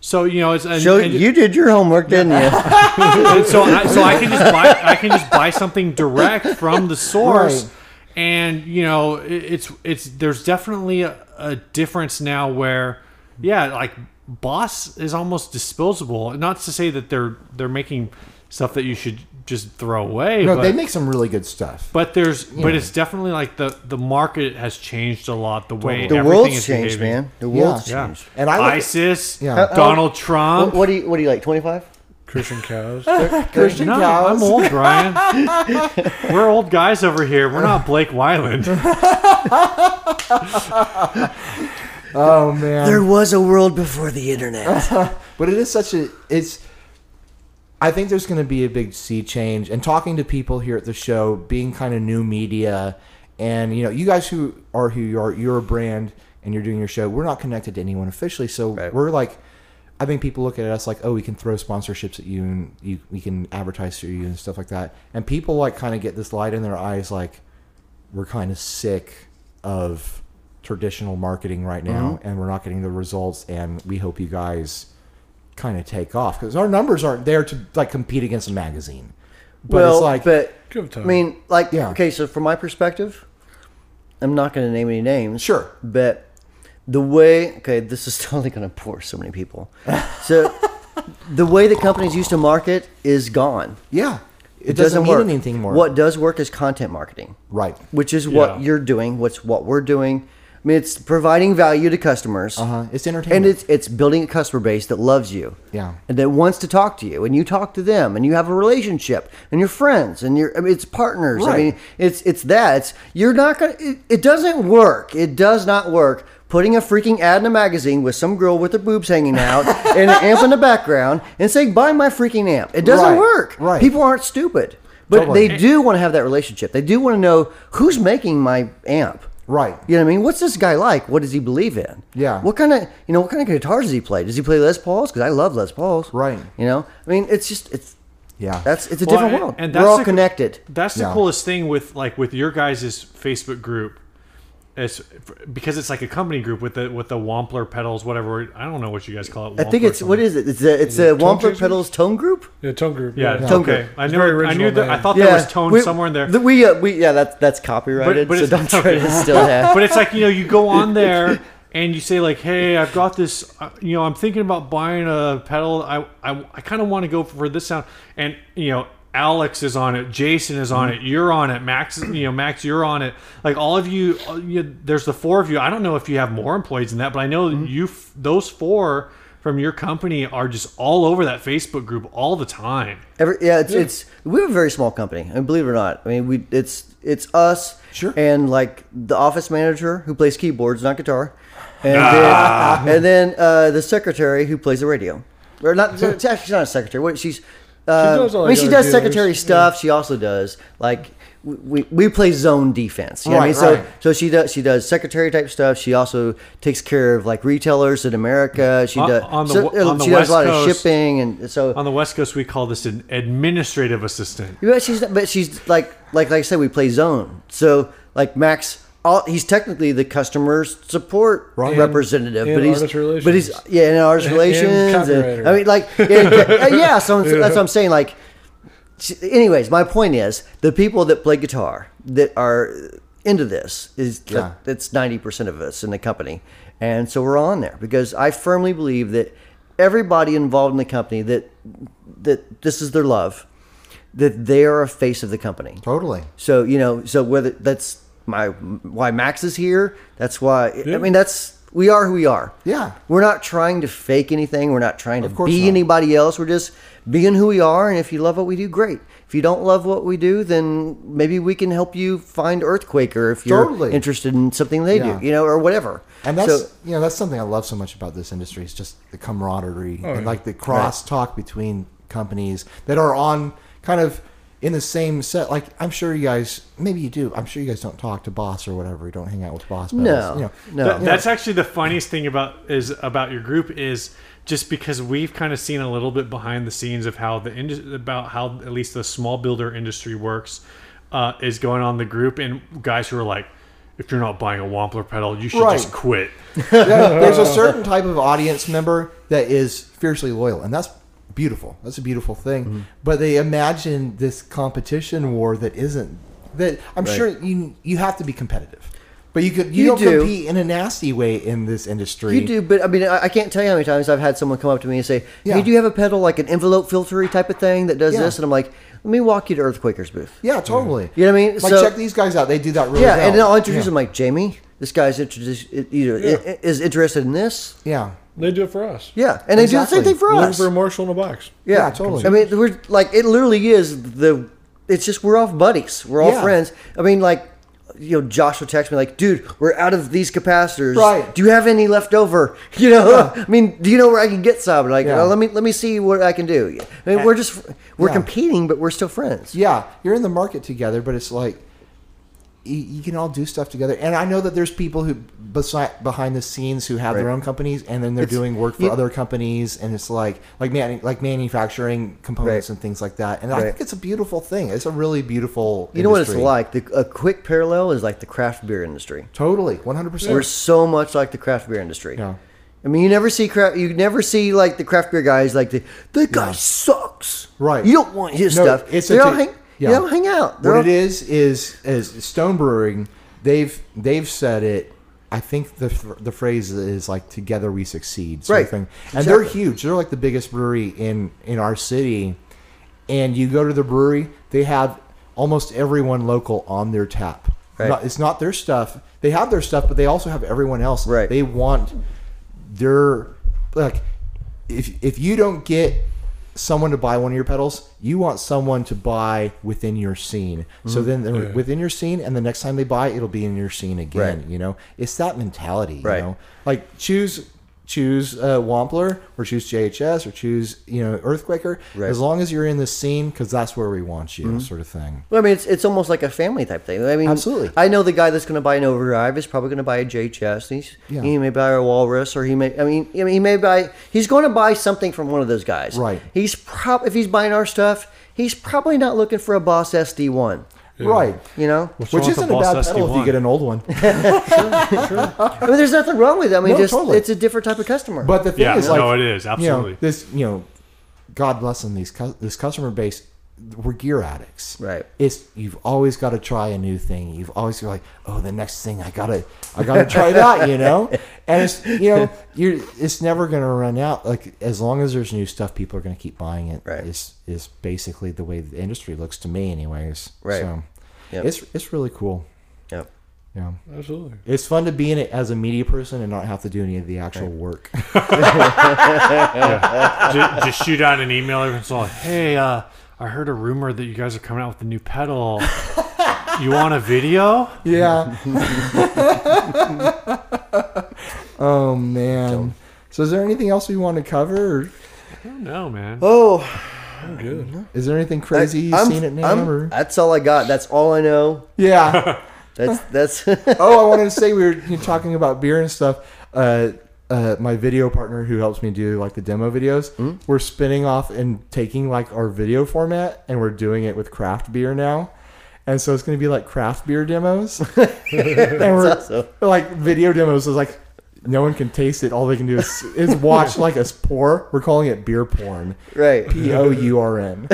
D: So you know, it's and,
C: So
D: and-
C: you did your homework,
D: [LAUGHS]
C: didn't you?
D: and so I, so I can just buy I can just buy something direct from the source,
B: Right.
D: and you know it, it's it's there's definitely a, a difference now where yeah like Boss is almost disposable. Not to say that they're they're making stuff that you should just throw away.
B: No,
D: but,
B: they make some really good stuff.
D: but there's but it's definitely like the the market has changed a lot. The way
C: the
D: everything
C: world's
D: is
C: changed,
D: behaving.
C: man. The world's
B: Yeah.
D: Yeah,
C: changed. Uh, oh.
B: And I look at-
D: ISIS,
B: Yeah.
D: Donald
C: What,
D: Trump.
C: what do you What do you like? Twenty five.
E: Christian cows.
C: Ah.
B: Christian
D: No,
B: cows.
D: I'm old, Brian.
C: [LAUGHS]
D: We're old guys over here. We're not Blake
C: [LAUGHS]
D: Wyland.
B: Oh man.
C: There was a world before the internet.
B: But it is such a it's I think there's going to be a big sea change and talking to people here at the show, being kind of new media and you know, you guys who are who you are, you're a brand and you're doing your show. We're not connected to anyone officially, so
C: Right.
B: we're like I think people look at us like, "Oh, we can throw sponsorships at you and you, we can advertise through you and stuff like that." And people like kind of get this light in their eyes like we're kind of sick of traditional marketing right now and we're not getting the results and we hope you guys kind of take off because our numbers aren't there to like compete against a magazine but
C: well,
B: it's like
C: but
E: Give time.
C: I mean, like,
B: Yeah.
C: okay, so from my perspective, I'm not going to name any names.
B: Sure.
C: But the way, okay, this is [LAUGHS] totally going to bore so many people.
B: [LAUGHS]
C: So the way that companies used to market is gone.
B: yeah it, doesn't, mean anything more
C: What does work is content marketing,
B: right
C: which is
D: Yeah.
C: what you're doing, what's what we're doing. I mean, it's providing value to customers.
B: uh-huh it's entertainment
C: And it's it's building a customer base that loves you.
B: Yeah.
C: And that wants to talk to you and you talk to them and you have a relationship and you're friends and you're I mean, it's partners. I
B: Right.
C: mean it's it's that. It's you're not gonna it, it doesn't work. It does not work. Putting a freaking ad in a magazine with some girl with her boobs hanging
B: [LAUGHS]
C: out and an amp in the background and saying, Buy my freaking amp. It doesn't
B: Right.
C: work.
B: Right.
C: People aren't stupid. But
B: Totally.
C: they do want to have that relationship. They do want to know who's making my amp.
B: Right.
C: You know what I mean? What's this guy like? What does he believe in?
B: Yeah.
C: What kind of you know what kind of guitars does he play? Does he play Les Pauls? Because I love Les Pauls.
B: Right.
C: You know, I mean, it's just it's
B: yeah
C: that's it's a
D: Well,
C: different
D: and-
C: world.
D: and
C: We're
D: that's
C: all
D: the-
C: connected.
D: That's the
B: Yeah.
D: coolest thing with like with your guys' Facebook group It's because it's like a company group with the with the Wampler pedals, whatever. I don't know what you guys call it.
C: I think
D: Wampler
C: it's what
D: something.
C: is it? It's a it's a
E: Tone
C: Wampler
E: Chasers?
C: Pedals Tone Group.
E: Yeah, Tone Group.
D: Yeah,
E: yeah.
D: it's okay.
C: Group.
D: I
E: It's
D: knew.
E: very
D: I
E: original
D: knew that. I
E: name.
D: thought there was tone
C: we-
D: somewhere in there.
C: th- we uh, we yeah that's that's copyrighted,
D: but
C: so
D: it's- [LAUGHS]
C: don't try
D: okay.
C: to still
D: [LAUGHS]
C: have.
D: but it's like you know you go
C: [LAUGHS]
D: on there and you say like hey i've got this uh, you know i'm thinking about buying a pedal i i, I kind of want to go for this sound and you know alex is on it jason is
C: Mm.
D: on it you're on it max is- you know max you're on it like all of you, uh, you there's the four of you i don't know if you have more employees than that but i know
C: Mm.
D: you f- those four from your company are just all over that facebook group all the time
C: Every, yeah, it's, it's we're a very small company, and believe it or not, I mean we it's it's us
B: Sure.
C: and like the office manager who plays keyboards, not guitar, and then, and then uh, the secretary who plays the radio, or not. It's actually not a secretary. What she's uh,
E: does all
C: I mean,
E: the
C: she
E: other
C: does secretary
E: duties,
C: stuff. She also does like. We, we play zone defense. You know what I
B: Right,
C: mean? So
B: right.
C: so she does she does secretary type stuff. She also takes care of like retailers in America. She
D: On-
C: does
D: on the
C: so- uh,
D: w- on the
C: she
D: West
C: does a lot of
D: Coast-
C: shipping and so
D: on the west coast we call this an administrative assistant
C: yeah, but she's but she's like like like I said, we play zone. So like Max, all, he's technically the customer support
B: Right.
C: representative,
E: and
C: but he's
E: artist relations.
C: but he's yeah, in artist
E: And- and
C: relations. And
E: copywriter.
C: I mean, like yeah, yeah, so
E: [LAUGHS]
C: that's what I'm saying. Like, she- anyways, my point is the people that play guitar that are into this is
B: Yeah.
C: that's ninety percent of us in the company, and so we're on there because I firmly believe that everybody involved in the company that that this is their love, that they are a face of the company.
B: Totally.
C: So you know, so whether that's my why Max is here, that's why. I mean, that's we are who we are.
B: Yeah.
C: we're not trying to fake anything. We're not trying to
B: Of course
C: be
B: not.
C: anybody else. We're just being who we are. And if you love what we do, great. If you don't love what we do, then maybe we can help you find Earthquaker if you're
B: Totally.
C: interested in something they
B: Yeah.
C: do, you know, or whatever.
B: And that's
C: So-
B: you know that's something I love so much about this industry is just the camaraderie and like the cross talk between companies that are on kind of in the same set. Like I'm sure you guys, maybe you do. I'm sure you guys don't talk to boss or whatever. You don't hang out with boss. but
C: no,
B: you know,
C: no.
D: Th- that's actually the funniest thing about is about your group is just because we've kind of seen a little bit behind the scenes of how the indus- about how at least the small builder industry works uh, is going on the group and guys who are like, if you're not buying a Wampler pedal, you should
B: Right.
D: just quit. [LAUGHS]
B: Yeah, there's
C: Oh.
B: a certain type of audience member that is fiercely loyal, and that's beautiful. That's a beautiful thing.
C: Mm-hmm.
B: But they imagine this competition war that isn't. That I'm sure you you have to be competitive, but you could you,
C: You
B: don't
C: do.
B: compete in a nasty way in this industry.
C: You do, but I mean, I, I can't tell you how many times I've had someone come up to me and say,
B: Yeah.
C: "Hey, do you have a pedal like an envelope filtery type of thing that does
B: Yeah.
C: this?" And I'm like, "Let me walk you to Earthquaker's booth."
B: Yeah, totally.
C: You know what I mean?
B: Like
C: So-
B: check these guys out. They do that really
C: Yeah,
B: well.
C: and then I'll introduce
B: yeah.
C: him like Jamie. This guy's introduced, you know, i- i- is interested in this.
B: Yeah,
E: They do it for us.
C: Yeah, and they do the
B: Exactly.
C: same thing for
E: Looking
C: us.
E: for a Marshall in a box.
C: Yeah,
B: Yeah, totally.
C: I mean, we're like it literally is the. It's just we're all buddies. We're all
B: Yeah.
C: friends. I mean, like you know, Josh will text me like, "Dude, we're out of these capacitors.
B: Right.
C: Do you have any left over? [LAUGHS] You know, I mean, do you know where I can get some? Like,
B: Yeah.
C: "Oh, let me let me see what I can do. I mean, we're just we're
B: Yeah.
C: competing, but we're still friends.
B: yeah. You're in the market together, but it's like you, you can all do stuff together. And I know that there's people who beside behind the scenes who have their
C: Right.
B: own companies, and then they're
C: It's-
B: doing work for
C: you-
B: other companies, and it's like like man like manufacturing components
C: Right.
B: and things like that. And I
C: Right.
B: think it's a beautiful thing. It's a really beautiful.
C: You know what it's
B: industry.
C: like? The, a quick parallel is like the craft beer industry.
B: Totally, 100.
C: We're
B: percent
C: so much like the craft beer industry.
B: Yeah.
C: I mean, you never see craft. You never see like the craft beer guys like the that guy sucks.
B: Right.
C: You don't want his
B: No,
C: stuff.
B: it's
C: they
B: a
C: don't
B: ta-
C: hang.
B: yeah.
C: They don't hang out. They're
B: What
C: all-
B: it is is is Stone Brewing. They've they've said it. I think the the phrase is like "Together we succeed" sort
C: Right.
B: of thing. And they're
C: Exactly.
B: huge. They're like the biggest brewery in in our city. And you go to the brewery, they have almost everyone local on their tap.
C: Right.
B: Not- it's not their stuff. They have their stuff, but they also have everyone else.
C: Right.
B: They want their like if if you don't get someone to buy one of your pedals, you want someone to buy within your scene. So then
C: Mm-hmm.
B: they're within your scene, and the next time they buy, it'll be in your scene again.
C: Right.
B: You know, it's that mentality. You
C: Right.
B: know, like choose choose uh, Wampler or choose JHS or choose you know Earthquaker.
C: Right. Mm-hmm.
B: As long as you're in the scene, because that's where we want you, sort of thing.
C: Well, I mean, it's, it's almost like a family type thing. I mean,
B: Absolutely.
C: I know the guy that's going to buy an overdrive is probably going to buy a JHS. And he's,
B: Yeah.
C: He may buy a Walrus, or he may. I mean, I mean, he may buy. He's going to buy something from one of those guys.
B: Right.
C: He's prob if he's buying our stuff, he's probably not looking for a Boss SD one.
B: Right.
C: You know,
D: wrong
B: Which
D: with the
B: isn't a
D: Boss
B: bad pedal if you
D: 61?
B: get an old one.
C: I mean, there's nothing wrong with that. I mean,
B: No,
C: just
B: totally.
C: it's a different type of customer.
B: But the thing
D: Yeah,
B: is, like,
D: no, it is,
B: You
D: absolutely.
B: know, this, you know, God bless them. These cus- this customer base, we're gear addicts,
C: Right.
B: It's you've always got to try a new thing. You've always got like, oh, the next thing I gotta, I gotta
C: [LAUGHS]
B: try that, you know. And it's you know, you're it's never gonna run out. Like as long as there's new stuff, people are gonna keep buying it.
C: Right.
B: Is is basically the way the industry looks to me, anyways.
C: Right.
B: So
C: Yep.
B: it's it's really cool.
C: Yep.
B: Yeah.
E: Absolutely.
B: It's fun to be in it as a media person and not have to do any of the actual work.
D: just, just shoot out an email every once in a while. Hey, uh, I heard a rumor that you guys are coming out with a new pedal. You want a video?
C: [LAUGHS]
B: Yeah. oh man. So is there anything else we want to cover? Or
D: No, man.
C: oh,
B: is there anything crazy you've
C: I'm-
B: seen at
C: I'm-
B: NAMM? Or...
C: That's all I got. That's all I know.
B: Yeah. [LAUGHS]
C: That's that's [LAUGHS]
B: oh, I wanted to say we were you know, talking about beer and stuff. Uh, uh, my video partner who helps me do like the demo videos, we're spinning off and taking like our video format and we're doing it with craft beer now. And so it's going to be like craft beer demos. and we're
C: awesome.
B: like video demos is like no one can taste it. All they can do is, is watch like us pour. We're calling it beer porn.
C: right.
B: P O U R N.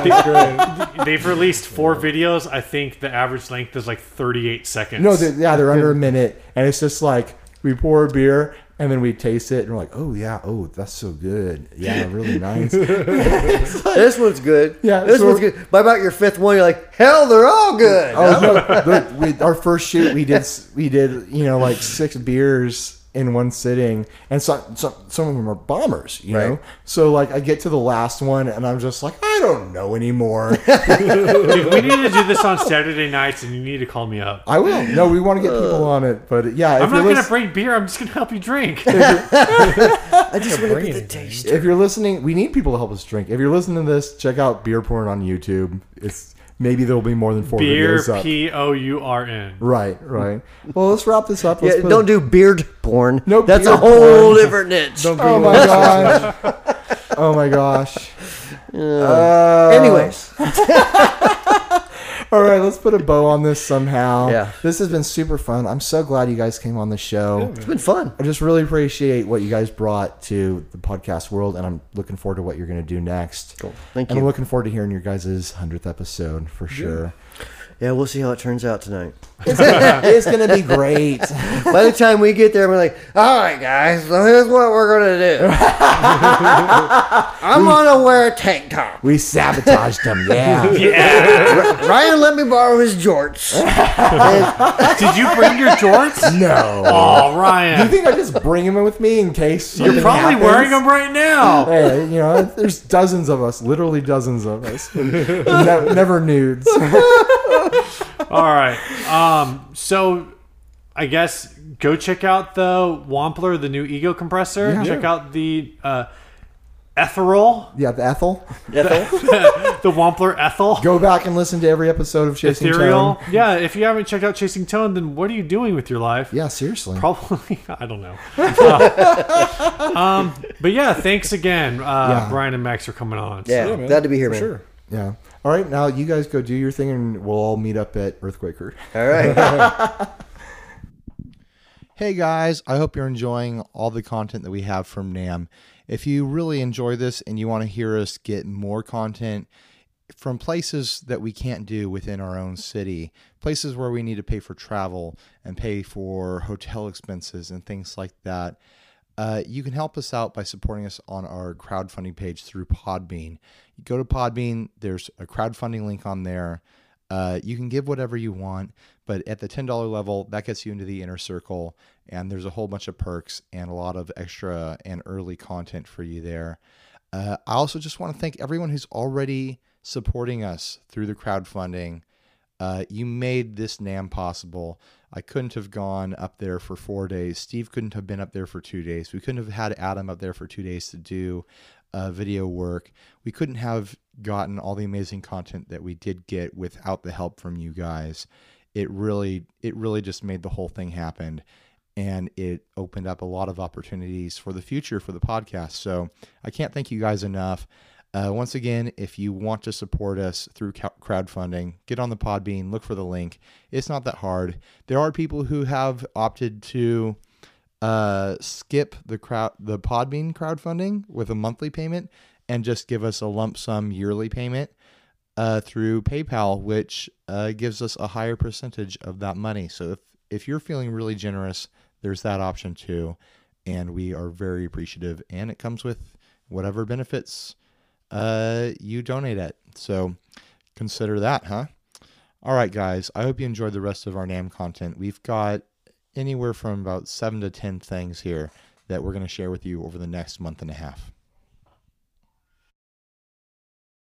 D: They've released four videos. I think the average length is like 38 seconds.
B: No, they're, yeah, they're under
D: [LAUGHS]
B: a minute, and it's just like we pour a beer and then we taste it, and we're like, oh yeah, oh that's so good, yeah, really
D: [LAUGHS]
B: nice. Oh,
C: This one's good.
B: Yeah,
C: this
B: so-
C: one's good. By about your fifth one, you're like, hell, they're all good.
B: oh no, but we, our first shoot, we did s- we did you know like six beers in one sitting, and some some some of them are bombers, you know.
C: Right.
B: So like I get to the last one, and I'm just like, I don't know anymore.
D: Dude, we need to do this on Saturday nights, and you need to call me up.
B: I will. No, we want to get people on it, but yeah, if
D: Uh. I'm not
B: you're
D: going to
B: lis-
D: bring beer. I'm just going to help you drink.
C: I just want to get the
E: anything.
C: taste.
B: if you're listening, we need people to help us drink. If you're listening to this, check out beer porn on YouTube. It's maybe there'll be more than four
D: beer,
B: videos up.
D: P O U R N.
B: [LAUGHS] right, right. Well, let's wrap this up.
C: Yeah,
B: Let's put
C: don't
B: a-
C: do beard porn.
B: No
C: that's a
B: beard
C: whole different niche.
E: Don't
B: Oh
E: Google
B: my
E: it.
B: gosh. [LAUGHS] Oh my gosh. Uh,
C: Anyways,
B: all right, let's put a bow on this somehow.
C: Yeah.
B: This has been super fun. I'm so glad you guys came on the show.
C: it's been fun.
B: I just really appreciate what you guys brought to the podcast world, and I'm looking forward to what you're going to do next. Cool.
C: Thank
B: and
C: you.
B: I'm looking forward to hearing your guys' 100th episode for sure.
C: Yeah, we'll see how it turns out tonight.
B: it's going to be [LAUGHS] great.
C: By the time we get there, we're like, all right, guys, so here's what we're
B: [LAUGHS]
C: gonna do. [LAUGHS] I'm gonna wear a
B: [LAUGHS]
C: tank top.
B: We sabotaged them. [LAUGHS] Yeah.
C: Ryan let me borrow his jorts.
D: Did you bring your [LAUGHS] jorts?
B: No.
D: Oh,
B: You
D: Ryan.
B: think I just bring them with me in case
D: You're
B: something
D: probably
B: happens?
D: wearing them right now.
B: Hey, you know, there's dozens of us, literally dozens of [LAUGHS] us. Ne- never nudes.
D: All right. Um, so I guess go check out the Wampler, the new ego compressor. Check out the uh, Ethereal,
B: Yeah, the Ethel.
D: [LAUGHS] the Wampler Ethel.
B: Go back and listen to every episode of Chasing
D: Ethereal.
B: Tone.
D: Yeah, if you haven't checked out Chasing Tone, then what are you doing with your life?
B: Yeah, seriously.
D: Probably, [LAUGHS] I don't know. um, but yeah, thanks again, uh,
B: Yeah.
D: Brian and Max, for coming on.
C: Yeah,
E: man.
C: glad to be here,
E: For
C: man.
E: sure.
B: yeah. All right, now you guys go do your thing, and we'll all meet up at Earthquaker.
C: All right.
B: [LAUGHS] Hey guys, I hope you're enjoying all the content that we have from NAM. If you really enjoy this and you want to hear us get more content from places that we can't do within our own city, places where we need to pay for travel and pay for hotel expenses and things like that, uh, you can help us out by supporting us on our crowdfunding page through Podbean. You go to Podbean, there's a crowdfunding link on there. Uh, you can give whatever you want, but at the $10 level, that gets you into the inner circle. And there's a whole bunch of perks and a lot of extra and early content for you there. Uh, I also just want to thank everyone who's already supporting us through the crowdfunding. Uh, you made this NAM possible. I couldn't have gone up there for four days. Steve couldn't have been up there for two days. We couldn't have had Adam up there for two days to do uh, video work. We couldn't have gotten all the amazing content that we did get without the help from you guys. It really, it really just made the whole thing happen, and it opened up a lot of opportunities for the future for the podcast. So I can't thank you guys enough. Uh, once again, if you want to support us through cou- crowdfunding, get on the Podbean, look for the link. It's not that hard. There are people who have opted to uh, skip the crowd, the Podbean crowdfunding with a monthly payment, and just give us a lump sum yearly payment uh, through PayPal, which uh, gives us a higher percentage of that money. So if if you're feeling really generous, there's that option too, and we are very appreciative. And it comes with whatever benefits uh, you donate at. So consider that, huh? All right, guys. I hope you enjoyed the rest of our NAM content. We've got anywhere from about seven to ten things here that we're going to share with you over the next month and a half.